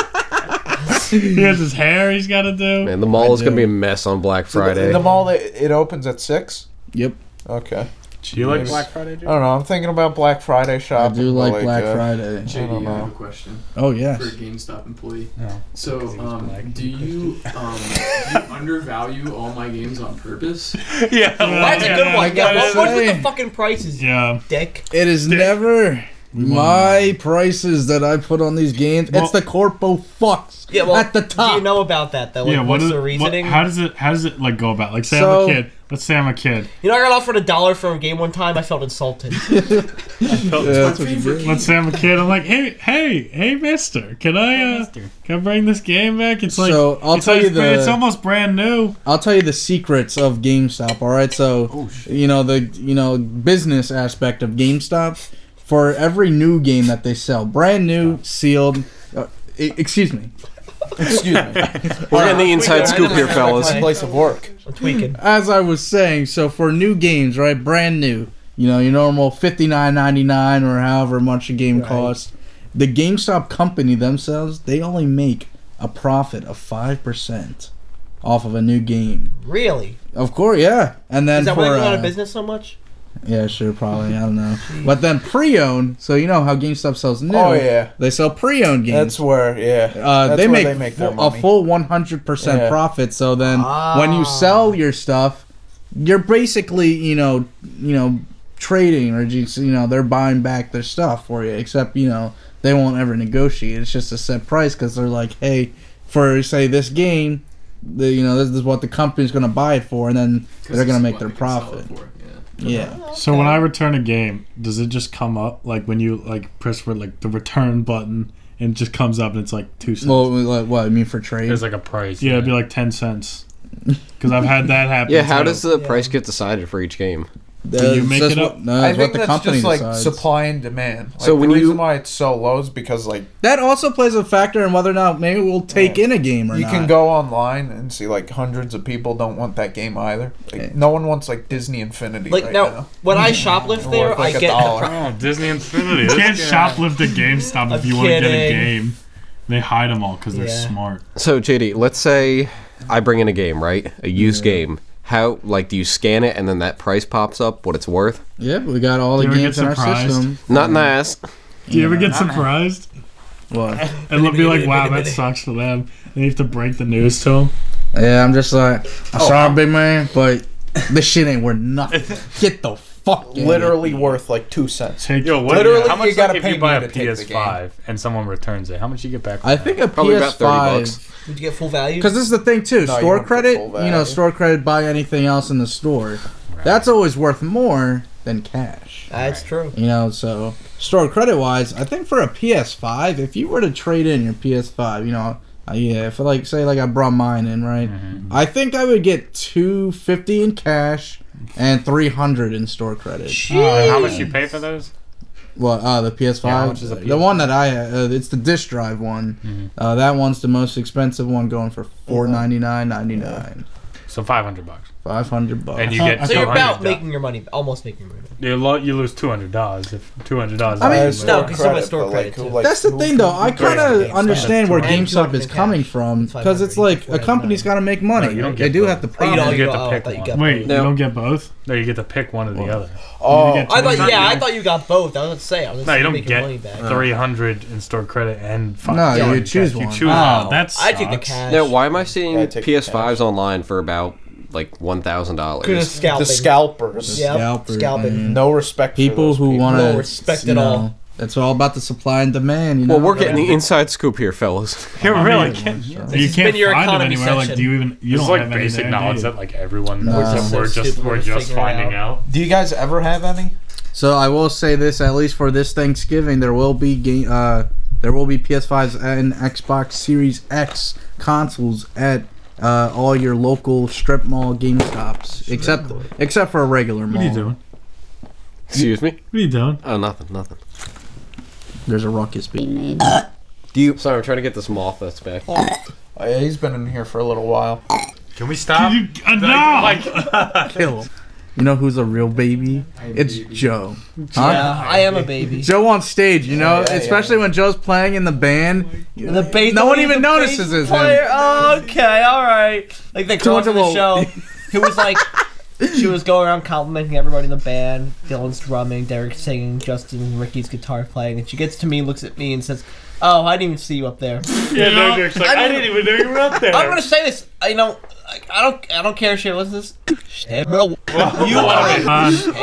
Speaker 10: he has his hair he's got to do.
Speaker 3: Man, the mall
Speaker 12: I
Speaker 3: is gonna
Speaker 12: do.
Speaker 3: be a mess on Black
Speaker 4: So the-
Speaker 3: Friday.
Speaker 4: The mall it, it opens at six.
Speaker 12: Yep.
Speaker 4: Okay.
Speaker 1: Do you like Black Friday?
Speaker 4: I don't know. I'm thinking about Black Friday
Speaker 12: I
Speaker 4: shopping.
Speaker 12: do
Speaker 4: but,
Speaker 12: like Black
Speaker 4: uh,
Speaker 12: Friday.
Speaker 4: I don't
Speaker 5: JD, I have a
Speaker 4: know.
Speaker 5: question
Speaker 12: Oh
Speaker 5: for a
Speaker 12: yes.
Speaker 5: GameStop employee.
Speaker 1: No.
Speaker 5: So,
Speaker 1: Because he was black.
Speaker 5: um, do you um, do you undervalue all my games on purpose?
Speaker 1: Yeah,
Speaker 8: That's a good one. Yeah,
Speaker 12: gotta
Speaker 8: what, what's with
Speaker 12: say.
Speaker 8: the fucking prices,
Speaker 10: Yeah.
Speaker 8: dick?
Speaker 12: It is never My prices that I put on these games,
Speaker 8: Well-
Speaker 12: it's the corpo fucks
Speaker 8: Yeah, well,
Speaker 12: at the top.
Speaker 8: Do you know about that though? Like,
Speaker 10: yeah, what
Speaker 8: what's
Speaker 10: is
Speaker 8: the
Speaker 10: what-
Speaker 8: reasoning?
Speaker 10: how does it how does it like go about? Like say
Speaker 8: So-
Speaker 10: I'm a kid. Let's say I'm a kid.
Speaker 8: you know, I got offered a dollar for a game one time. I felt insulted.
Speaker 10: Let's say I'm a kid. I'm like, hey, hey, hey, Mister, can I uh, can I bring this game back? It's like,
Speaker 12: So, I'll
Speaker 10: it's
Speaker 12: tell
Speaker 10: like-
Speaker 12: you the-
Speaker 10: it's almost brand new.
Speaker 12: I'll tell you the secrets of GameStop. All right, so you know the you know business aspect of GameStop. For every new game that they sell, brand new, sealed. Uh, e- excuse me.
Speaker 4: Excuse me.
Speaker 12: We're getting the inside scoop here, fellas.
Speaker 4: Place of work.
Speaker 12: As I was saying, so for new games, right, brand new, you know, your normal fifty nine ninety nine or however much a game costs, the GameStop company themselves they only make a profit of five percent off of a new game.
Speaker 8: really?
Speaker 12: Of course, yeah. And then
Speaker 8: Is that
Speaker 12: for
Speaker 8: why they go out
Speaker 12: uh,
Speaker 8: of business so much?
Speaker 12: Yeah, sure, probably. I don't know. But then pre-owned, so you know how GameStop sells new.
Speaker 4: Oh, yeah.
Speaker 12: they sell pre-owned games.
Speaker 4: That's where, yeah.
Speaker 12: uh,
Speaker 4: That's
Speaker 12: they,
Speaker 4: where
Speaker 12: make
Speaker 4: they make their
Speaker 12: fu-
Speaker 4: money.
Speaker 12: a full 100%
Speaker 4: Yeah.
Speaker 12: profit. So then, when you sell your stuff, you're basically, you know, you know, trading or just, you know, they're buying back their stuff for you. Except, you know, they won't ever negotiate. It's just a set price because they're like, hey, for say this game, the, you know, this is what the company's going to buy it for, and then they're going to make their profit. yeah.
Speaker 10: So when I return a game, does it just come up like when you like press for like the return button and it just comes up and it's like two cents?
Speaker 12: Well, like, what I mean for trade?
Speaker 10: There's like a price. Yeah, it'd be like ten cents. Because I've had that happen.
Speaker 3: Yeah, how
Speaker 10: too.
Speaker 3: does the price get decided for each game?
Speaker 10: Do you make it up?
Speaker 4: I think that's just like supply and demand. Like,
Speaker 3: So when
Speaker 4: the reason
Speaker 3: you-
Speaker 4: why it's so low is because like
Speaker 12: That also plays a factor in whether or not maybe we'll take in a game or
Speaker 4: you
Speaker 12: not.
Speaker 4: can go online and see like hundreds of people don't want that game either. Like, No one wants like Disney Infinity.
Speaker 8: Like
Speaker 4: right
Speaker 8: now,
Speaker 4: now.
Speaker 8: when I shoplift
Speaker 4: Worth,
Speaker 8: there,
Speaker 4: like,
Speaker 8: I
Speaker 4: a
Speaker 8: get
Speaker 4: dollar.
Speaker 10: Oh, Disney Infinity.
Speaker 4: You
Speaker 10: You
Speaker 4: can't
Speaker 10: can't shoplift at GameStop if
Speaker 8: I'm
Speaker 10: you want to get a
Speaker 8: kidding.
Speaker 10: game. They hide them all because they're
Speaker 8: Yeah.
Speaker 10: smart.
Speaker 3: So JD, let's say I bring in a game, right? A used game. How like do you scan it and then that price pops up what it's worth?
Speaker 12: Yeah, we got all the
Speaker 10: You ever
Speaker 12: games
Speaker 10: get
Speaker 12: in our
Speaker 10: surprised?
Speaker 12: system.
Speaker 3: Not nice.
Speaker 10: Do you ever get
Speaker 12: Not nice.
Speaker 10: surprised?
Speaker 12: What?
Speaker 10: And they'll be like, "Wow, that sucks for them." And you have to break the news to them.
Speaker 12: Yeah, I'm just like, I'm
Speaker 4: Oh.
Speaker 12: sorry, big man, but this shit ain't worth nothing. Get the fuck. out of
Speaker 4: Literally worth like two cents.
Speaker 10: Take Yo, what,
Speaker 4: Literally,
Speaker 1: how much
Speaker 4: you gotta
Speaker 1: like,
Speaker 4: pay
Speaker 1: if you buy
Speaker 4: me
Speaker 1: a
Speaker 4: to take the game.
Speaker 1: PS5 and someone returns it? How much you get back?
Speaker 12: I think a Probably about 30 PS5 bucks.
Speaker 8: Did you get full value?
Speaker 12: Because this is the thing too.
Speaker 8: No, you
Speaker 12: store
Speaker 8: don't get
Speaker 12: credit,
Speaker 8: full
Speaker 12: you know,
Speaker 8: value.
Speaker 12: store credit. Buy anything else in the store. That's always worth more than cash.
Speaker 8: That's true.
Speaker 12: You know, so store credit wise, I think for a PS5, if you were to trade in your PS5, you know, uh, yeah, if like say like I brought mine in, right?
Speaker 1: Mm-hmm.
Speaker 12: I think I would get two fifty in cash and three hundred in store credit.
Speaker 1: Uh, how much you pay for those?
Speaker 12: What? Uh, the PS5.
Speaker 1: Yeah, how much is a
Speaker 12: The one that I uh, it's the disk drive one.
Speaker 1: Mm-hmm.
Speaker 12: Uh, that one's the most expensive one, going for four ninety nine ninety nine.
Speaker 1: So five hundred bucks.
Speaker 12: Five hundred bucks.
Speaker 1: And you get
Speaker 8: So you're about
Speaker 1: $200.
Speaker 8: making your money, almost making your money.
Speaker 1: You, lo- you lose two hundred dollars. If two hundred dollars.
Speaker 12: I mean,
Speaker 8: no, because so much store credit. too.
Speaker 12: That's the thing, though. I kind of understand where
Speaker 8: And
Speaker 12: GameStop is coming from because it's like a company's got to make money.
Speaker 1: you don't
Speaker 12: they
Speaker 1: get
Speaker 12: do
Speaker 1: both.
Speaker 12: have to
Speaker 1: Oh, you
Speaker 12: profit.
Speaker 1: don't- you You get to don't- pick oh, I thought you one. got
Speaker 10: Wait,
Speaker 1: No.
Speaker 10: you don't get both?
Speaker 1: No, you get to pick one or the other.
Speaker 10: Oh.
Speaker 8: I thought, yeah, I thought you got both. I was gonna say, I was
Speaker 1: No,
Speaker 8: gonna
Speaker 1: you
Speaker 8: make
Speaker 1: don't
Speaker 8: your money
Speaker 1: get
Speaker 8: back.
Speaker 1: three hundred in store credit and five.
Speaker 12: No,
Speaker 1: yeah,
Speaker 12: you choose
Speaker 1: You
Speaker 12: one.
Speaker 1: choose
Speaker 12: Wow,
Speaker 10: Oh,
Speaker 1: one.
Speaker 12: that's
Speaker 8: I take the cash.
Speaker 3: Now why am I seeing
Speaker 8: Yeah, take the
Speaker 3: PS5s online for about like one thousand
Speaker 8: Could've
Speaker 3: dollars?
Speaker 8: scalped
Speaker 4: The scalpers.
Speaker 8: The Yep, scalpers, scalping.
Speaker 12: Mm-hmm.
Speaker 8: man.
Speaker 4: No respect.
Speaker 12: people
Speaker 4: for those
Speaker 12: who
Speaker 4: people.
Speaker 12: want to
Speaker 8: No respect at all.
Speaker 12: It's all about the supply and demand. You know?
Speaker 3: Well, we're getting the inside scoop here, fellas.
Speaker 1: You
Speaker 12: I
Speaker 1: really
Speaker 12: mean,
Speaker 1: can't.
Speaker 12: sure.
Speaker 10: You
Speaker 8: been
Speaker 10: can't
Speaker 8: your
Speaker 10: find them
Speaker 8: economy
Speaker 10: anywhere. Like,
Speaker 8: section.
Speaker 10: do you even? You
Speaker 1: It's
Speaker 10: don't
Speaker 1: like
Speaker 10: have any
Speaker 1: basic
Speaker 10: there, do
Speaker 1: knowledge
Speaker 10: you?
Speaker 1: that, like, everyone
Speaker 12: Nah.
Speaker 1: knows, and we're just we're just finding out.
Speaker 4: Do you guys ever have any?
Speaker 12: So I will say this: at least for this Thanksgiving, there will be game. Uh, there will be PS5s and Xbox Series X consoles at uh, all your local strip mall Game Stops, except except for a regular mall.
Speaker 10: What are you doing?
Speaker 3: Excuse me.
Speaker 10: What are you doing?
Speaker 3: Oh, nothing, nothing.
Speaker 12: There's a ruckus being made.
Speaker 3: Do you? Sorry, I'm trying to get this moth that's back.
Speaker 4: Oh, yeah, he's been in here for a little while.
Speaker 1: Can we stop?
Speaker 12: Kill him. You know who's a real baby? It's Joe. Huh?
Speaker 8: Yeah, I am a baby.
Speaker 12: Joe on stage, you know,
Speaker 8: Yeah, yeah,
Speaker 12: especially when Joe's playing in the band.
Speaker 8: The bass.
Speaker 12: no one
Speaker 8: he's
Speaker 12: even
Speaker 8: the bass
Speaker 12: notices it's
Speaker 8: player.
Speaker 12: him.
Speaker 8: Oh, okay, all right. Like the girl
Speaker 12: much
Speaker 8: from
Speaker 12: of
Speaker 8: the
Speaker 12: a-
Speaker 8: show, who was like, she was going around complimenting everybody in the band. Dylan's drumming, Derek's singing, Justin, Ricky's guitar playing, and she gets to me, looks at me, and says, "Oh, I didn't even see you up there."
Speaker 1: Yeah, no, Derek's like, I didn't even know you were up there.
Speaker 8: I'm gonna say this. I, You know, Like, I don't, I don't care if she listens. to this. you are. a
Speaker 10: Uh,
Speaker 12: on.
Speaker 8: shit-
Speaker 12: Oh,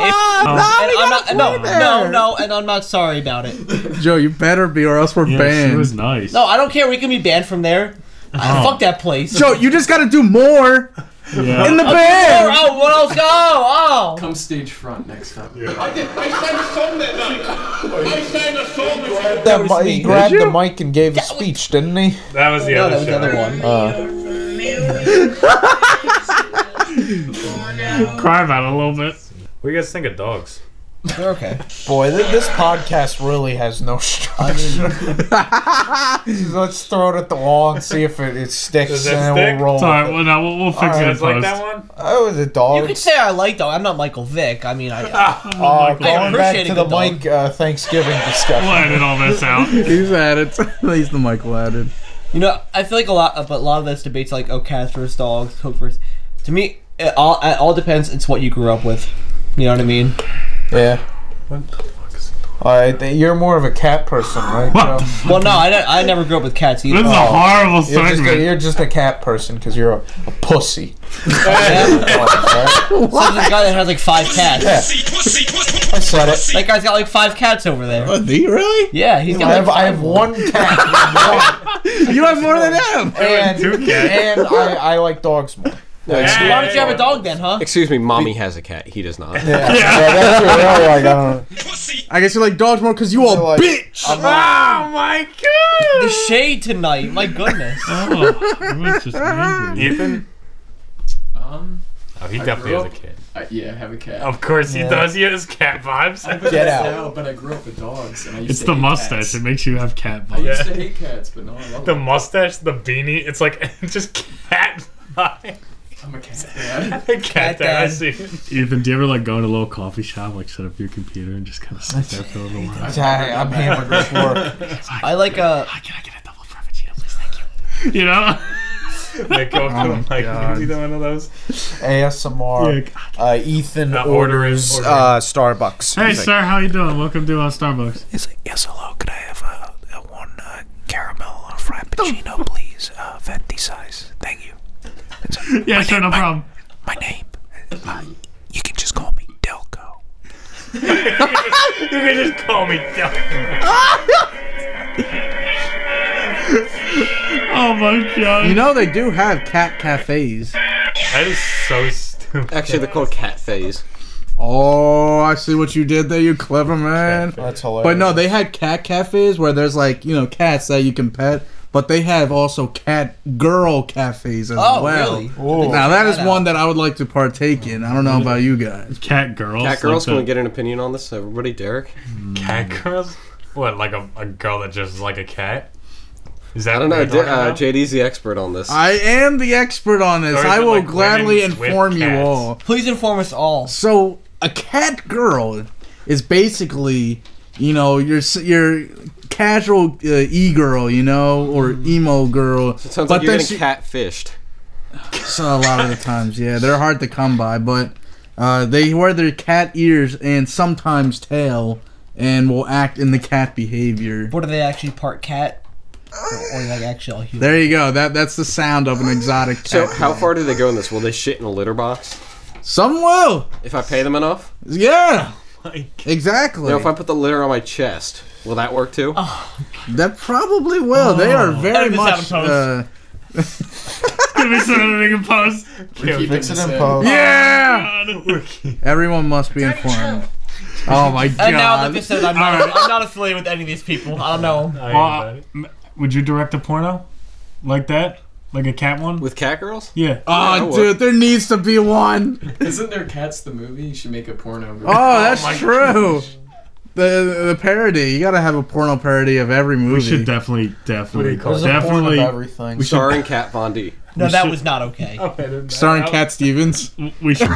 Speaker 12: no,
Speaker 8: and
Speaker 12: we
Speaker 8: I'm
Speaker 12: gotta
Speaker 8: not, no,
Speaker 12: play
Speaker 8: no,
Speaker 12: there.
Speaker 8: no, and I'm not sorry about it.
Speaker 12: Joe, you better be, or else we're banned.
Speaker 10: was nice.
Speaker 8: No, I don't care. We can be banned from there. I
Speaker 12: Oh.
Speaker 8: Fuck that place.
Speaker 12: Joe, you just gotta do more in the
Speaker 8: Okay,
Speaker 12: band.
Speaker 8: more. Oh, what else? Oh, oh.
Speaker 5: Come stage front next time.
Speaker 7: I did. I sang a song that night. I sang a song with
Speaker 4: That mi- he
Speaker 7: me.
Speaker 4: grabbed the mic and gave a speech, didn't he?
Speaker 1: That was the
Speaker 4: No,
Speaker 1: other
Speaker 4: that was the
Speaker 1: show.
Speaker 4: other one. Uh,
Speaker 1: Crime out a little bit. What do you guys think of dogs?
Speaker 8: They're okay.
Speaker 4: Boy, th- this podcast really has no structure. Let's throw it at the wall and see if it, it sticks,
Speaker 1: Does that
Speaker 4: and then
Speaker 1: stick?
Speaker 4: we'll roll.
Speaker 1: It's all right, well, no, we'll- we'll fix it in
Speaker 4: It's
Speaker 1: Like that post.
Speaker 4: Oh, the dog.
Speaker 8: You could say I like though. I'm not Michael Vick. I mean, I.
Speaker 4: Uh,
Speaker 8: I
Speaker 4: going back
Speaker 8: appreciate
Speaker 4: to
Speaker 8: a
Speaker 4: the
Speaker 8: good dog.
Speaker 4: Mike uh, Thanksgiving discussion.
Speaker 1: We'll edit all this out.
Speaker 12: He's at it. He's the Michael added.
Speaker 8: You know, I feel like a lot, but a lot of this debates like oh, cats versus dogs, coke versus. To me, it all it all depends. It's what you grew up with. You know what I mean?
Speaker 4: Yeah. All right, th- you're more of a cat person, right? Joe?
Speaker 8: Well, no, I, ne- I never grew up with cats either.
Speaker 4: Oh, you're just a- you're just a cat person because you're a, a pussy.
Speaker 8: So there's this guy that has like five cats.
Speaker 4: I said it.
Speaker 8: That guy's got like five cats over there.
Speaker 12: do you really?
Speaker 8: Yeah, he's got
Speaker 4: I have,
Speaker 8: like,
Speaker 4: I have one cat.
Speaker 12: you have more than him.
Speaker 4: And,
Speaker 3: two cats.
Speaker 4: and I, I like dogs more.
Speaker 8: Why don't you have a dog then, huh?
Speaker 3: Uh, Excuse me, mommy has a cat. He does not.
Speaker 4: Yeah, that's true. Really, like, I don't know.
Speaker 12: I guess you like dogs more because you a bitch.
Speaker 4: I'm
Speaker 1: Oh my god!
Speaker 8: The shade tonight, my goodness.
Speaker 10: Oh,
Speaker 1: Ethan?
Speaker 5: Um,
Speaker 1: Oh, he
Speaker 5: I
Speaker 1: definitely
Speaker 5: grew
Speaker 1: has a
Speaker 5: up-
Speaker 1: kid. Oh.
Speaker 5: I, yeah, I have a cat.
Speaker 1: Of course he
Speaker 5: Yeah.
Speaker 1: does. He has cat vibes.
Speaker 5: I've been Now, but I grew up with dogs. And I used
Speaker 10: It's
Speaker 5: to
Speaker 10: the
Speaker 5: hate
Speaker 10: mustache.
Speaker 5: Cats.
Speaker 10: It makes you have cat
Speaker 5: I used to
Speaker 10: vibes.
Speaker 5: hate cats, but now I love
Speaker 1: The
Speaker 5: them.
Speaker 1: mustache, the beanie, it's like just cat vibes.
Speaker 5: I'm a cat dad.
Speaker 1: cat,
Speaker 5: Cat
Speaker 1: dad, I
Speaker 5: dad.
Speaker 1: see.
Speaker 10: Ethan, do you ever like go into a little coffee shop, like set up your computer and just kind of sit there for a little while?
Speaker 4: I, am hammered with work.
Speaker 8: I like uh
Speaker 10: You know?
Speaker 1: They
Speaker 11: Oh
Speaker 1: go up to him like,
Speaker 4: God.
Speaker 1: you know, one of those.
Speaker 4: ASMR. Uh, Ethan
Speaker 1: Uh, order is-
Speaker 4: orders
Speaker 1: order.
Speaker 4: uh, Starbucks.
Speaker 10: Hey,
Speaker 4: He's like,
Speaker 10: sir, how you doing? Welcome to uh, Starbucks.
Speaker 11: He's like, yes, hello. Could I have a, a one uh, caramel frappuccino, please? Uh, venti size. Thank you. It's like,
Speaker 10: Yeah,
Speaker 11: "My
Speaker 10: sure,
Speaker 11: name-
Speaker 10: no
Speaker 11: my-
Speaker 10: problem.
Speaker 11: My name. Uh, you can just call me Delco.
Speaker 1: you can just call me Delco.
Speaker 10: Oh my god.
Speaker 12: You know they do have cat cafes.
Speaker 1: That is so stupid.
Speaker 3: Actually, they're called cat phase.
Speaker 12: Oh, I see what you did there, you clever man.
Speaker 4: That's
Speaker 12: But no, they had cat cafes where there's like, you know, cats that you can pet, but they have also cat girl cafes as
Speaker 8: Oh,
Speaker 12: well.
Speaker 8: really? Whoa.
Speaker 12: Now that is
Speaker 8: Check that
Speaker 12: one that I would like to partake in. I don't know about you guys.
Speaker 10: Cat girls.
Speaker 3: Cat girls.
Speaker 10: like
Speaker 3: Can we
Speaker 10: the-
Speaker 3: get an opinion on this, everybody? Derek.
Speaker 1: Cat girls? What, like a, a girl that dresses like a cat? Is that
Speaker 3: I don't
Speaker 1: what
Speaker 3: know.
Speaker 1: you're
Speaker 3: D-
Speaker 1: talking
Speaker 3: uh,
Speaker 1: about?
Speaker 3: JD's the expert on this.
Speaker 12: I am the expert on this.
Speaker 3: Or is
Speaker 12: I
Speaker 3: it
Speaker 12: will
Speaker 3: like
Speaker 12: gladly
Speaker 3: women with
Speaker 12: inform you
Speaker 3: cats?
Speaker 12: all.
Speaker 8: please inform us all.
Speaker 12: So a cat girl is basically, you know, your s- your casual uh, e girl, you know, or
Speaker 8: Mm-hmm.
Speaker 12: emo girl.
Speaker 3: It sounds like you're
Speaker 12: then
Speaker 3: getting
Speaker 12: she-
Speaker 3: catfished.
Speaker 12: so a lot of the times, yeah, they're hard to come by, but uh, they wear their cat ears and sometimes tail, and will act in the cat behavior.
Speaker 8: What are they actually part cat? Or, or like actually all human?
Speaker 12: There you go. That that's the sound of an exotic cat.
Speaker 3: So, how far do they go in this? Will they shit in a litter box?
Speaker 12: Some will.
Speaker 3: If I pay them enough?
Speaker 12: Yeah. Exactly.
Speaker 3: Now, if I put the litter on my chest, will that work too?
Speaker 12: That probably will. They are very
Speaker 10: Edit this out
Speaker 12: much.
Speaker 10: and post.
Speaker 12: Uh,
Speaker 10: Give me some editing and post.
Speaker 4: Fix it in post.
Speaker 12: uh, Yeah! Everyone must be informed. Oh my god.
Speaker 8: And now, like I said, I'm
Speaker 10: All right.
Speaker 8: not, I'm not affiliated with any of these people. I don't know 'em.
Speaker 10: Well, I- m- would you direct a porno like that, like a cat one?
Speaker 3: With cat girls?
Speaker 10: Yeah.
Speaker 12: Oh, dude, there needs to be one.
Speaker 5: Isn't there cats the movie? You should make a porno. Movie.
Speaker 12: Oh, that's true. The the parody. You gotta have a porno parody of every movie.
Speaker 10: We should definitely, definitely,
Speaker 12: call it? There's a porn of
Speaker 10: definitely.
Speaker 12: everything.
Speaker 10: We should,
Speaker 3: Starring Cat Von D.
Speaker 8: No,
Speaker 10: We
Speaker 8: that
Speaker 10: should-
Speaker 8: was not okay.
Speaker 12: Starring Cat Stevens.
Speaker 10: we should.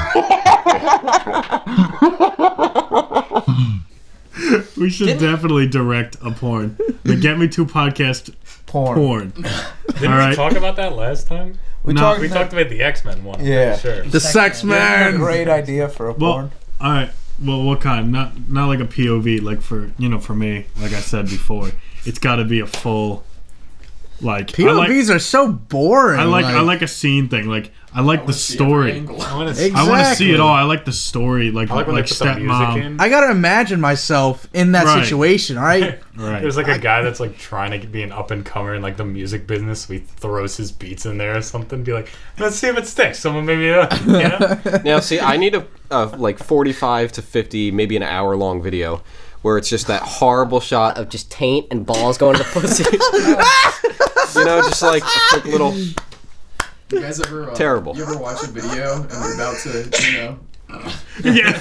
Speaker 10: we should definitely direct a porn. The Get Me Two podcast
Speaker 4: Porn.
Speaker 10: porn.
Speaker 1: Didn't
Speaker 10: All
Speaker 1: we
Speaker 10: right.
Speaker 1: talk about that last time?
Speaker 4: We
Speaker 10: No.
Speaker 4: talked
Speaker 1: We
Speaker 4: about
Speaker 1: talked about the X Men one. I'm
Speaker 4: Yeah.
Speaker 1: pretty Sure.
Speaker 12: The Sex
Speaker 4: a
Speaker 12: Man.
Speaker 4: great idea for a
Speaker 10: Well,
Speaker 4: porn.
Speaker 10: all right. Well, what kind? Not not like a POV. Like for you know, for me, like I said before, it's got to be a full Like I like,
Speaker 12: POVs are so boring.
Speaker 10: I like I like a scene thing. Like I like the story. I
Speaker 12: wanna
Speaker 10: want
Speaker 12: see-
Speaker 10: to see it
Speaker 12: Exactly.
Speaker 10: all. I like the story. Like
Speaker 1: I like
Speaker 10: like,
Speaker 1: when they put the music
Speaker 10: stepmom.
Speaker 12: I gotta imagine myself in that
Speaker 10: Right.
Speaker 12: situation. All right.
Speaker 10: Right.
Speaker 1: There's like a guy that's like trying to be an up and comer in like the music business. So he throws his beats in there or something. Be like, let's see if it sticks. Someone maybe. Uh, yeah.
Speaker 3: now see i need a, a like 45 to 50 maybe an hour long video where it's just that horrible shot of just taint and balls going to the pussy you know just like a quick little
Speaker 5: You guys ever uh,
Speaker 3: Terrible.
Speaker 5: You ever watch a video and they're about to, you know?
Speaker 1: Yeah.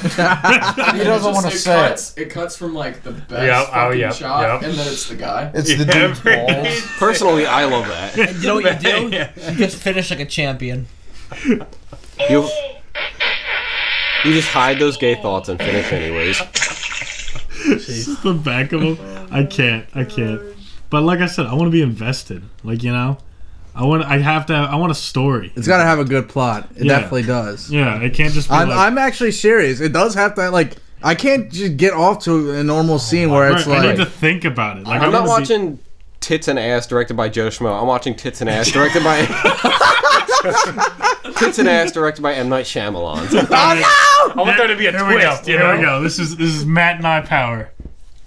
Speaker 4: He doesn't wanna
Speaker 5: to
Speaker 4: say it.
Speaker 5: cuts, it. cuts from like the best
Speaker 1: Yeah, oh,
Speaker 5: fucking
Speaker 1: yeah,
Speaker 5: shot,
Speaker 1: yeah.
Speaker 5: and then it's the guy.
Speaker 4: It's the
Speaker 1: Yeah,
Speaker 4: dude's balls.
Speaker 3: personally i love that
Speaker 8: And you know what you do? You just finish like a champion.
Speaker 3: you you just hide those gay thoughts and finish anyways
Speaker 10: Just the back of them. I can't. I can't. But like I said, I want to be invested. Like you know, I want. I have to. I want a story.
Speaker 12: It's gotta have a good plot. It
Speaker 10: Yeah.
Speaker 12: definitely does.
Speaker 10: Yeah, it can't just be
Speaker 12: I'm,
Speaker 10: like-
Speaker 12: I'm actually serious. It does have to like I can't just get off to a normal scene where it's
Speaker 10: Right, Oh, I
Speaker 12: like
Speaker 10: need to think about it. Like
Speaker 3: i'm
Speaker 10: I
Speaker 3: not
Speaker 10: wanna be-
Speaker 3: watching tits and ass directed by joe schmo i'm watching tits and ass directed by tits and ass directed by m night Shyamalan.
Speaker 1: I want there to be a
Speaker 10: Here we go.
Speaker 1: twist. You
Speaker 10: Here
Speaker 1: know?
Speaker 10: we go. This is this is Matt and I power.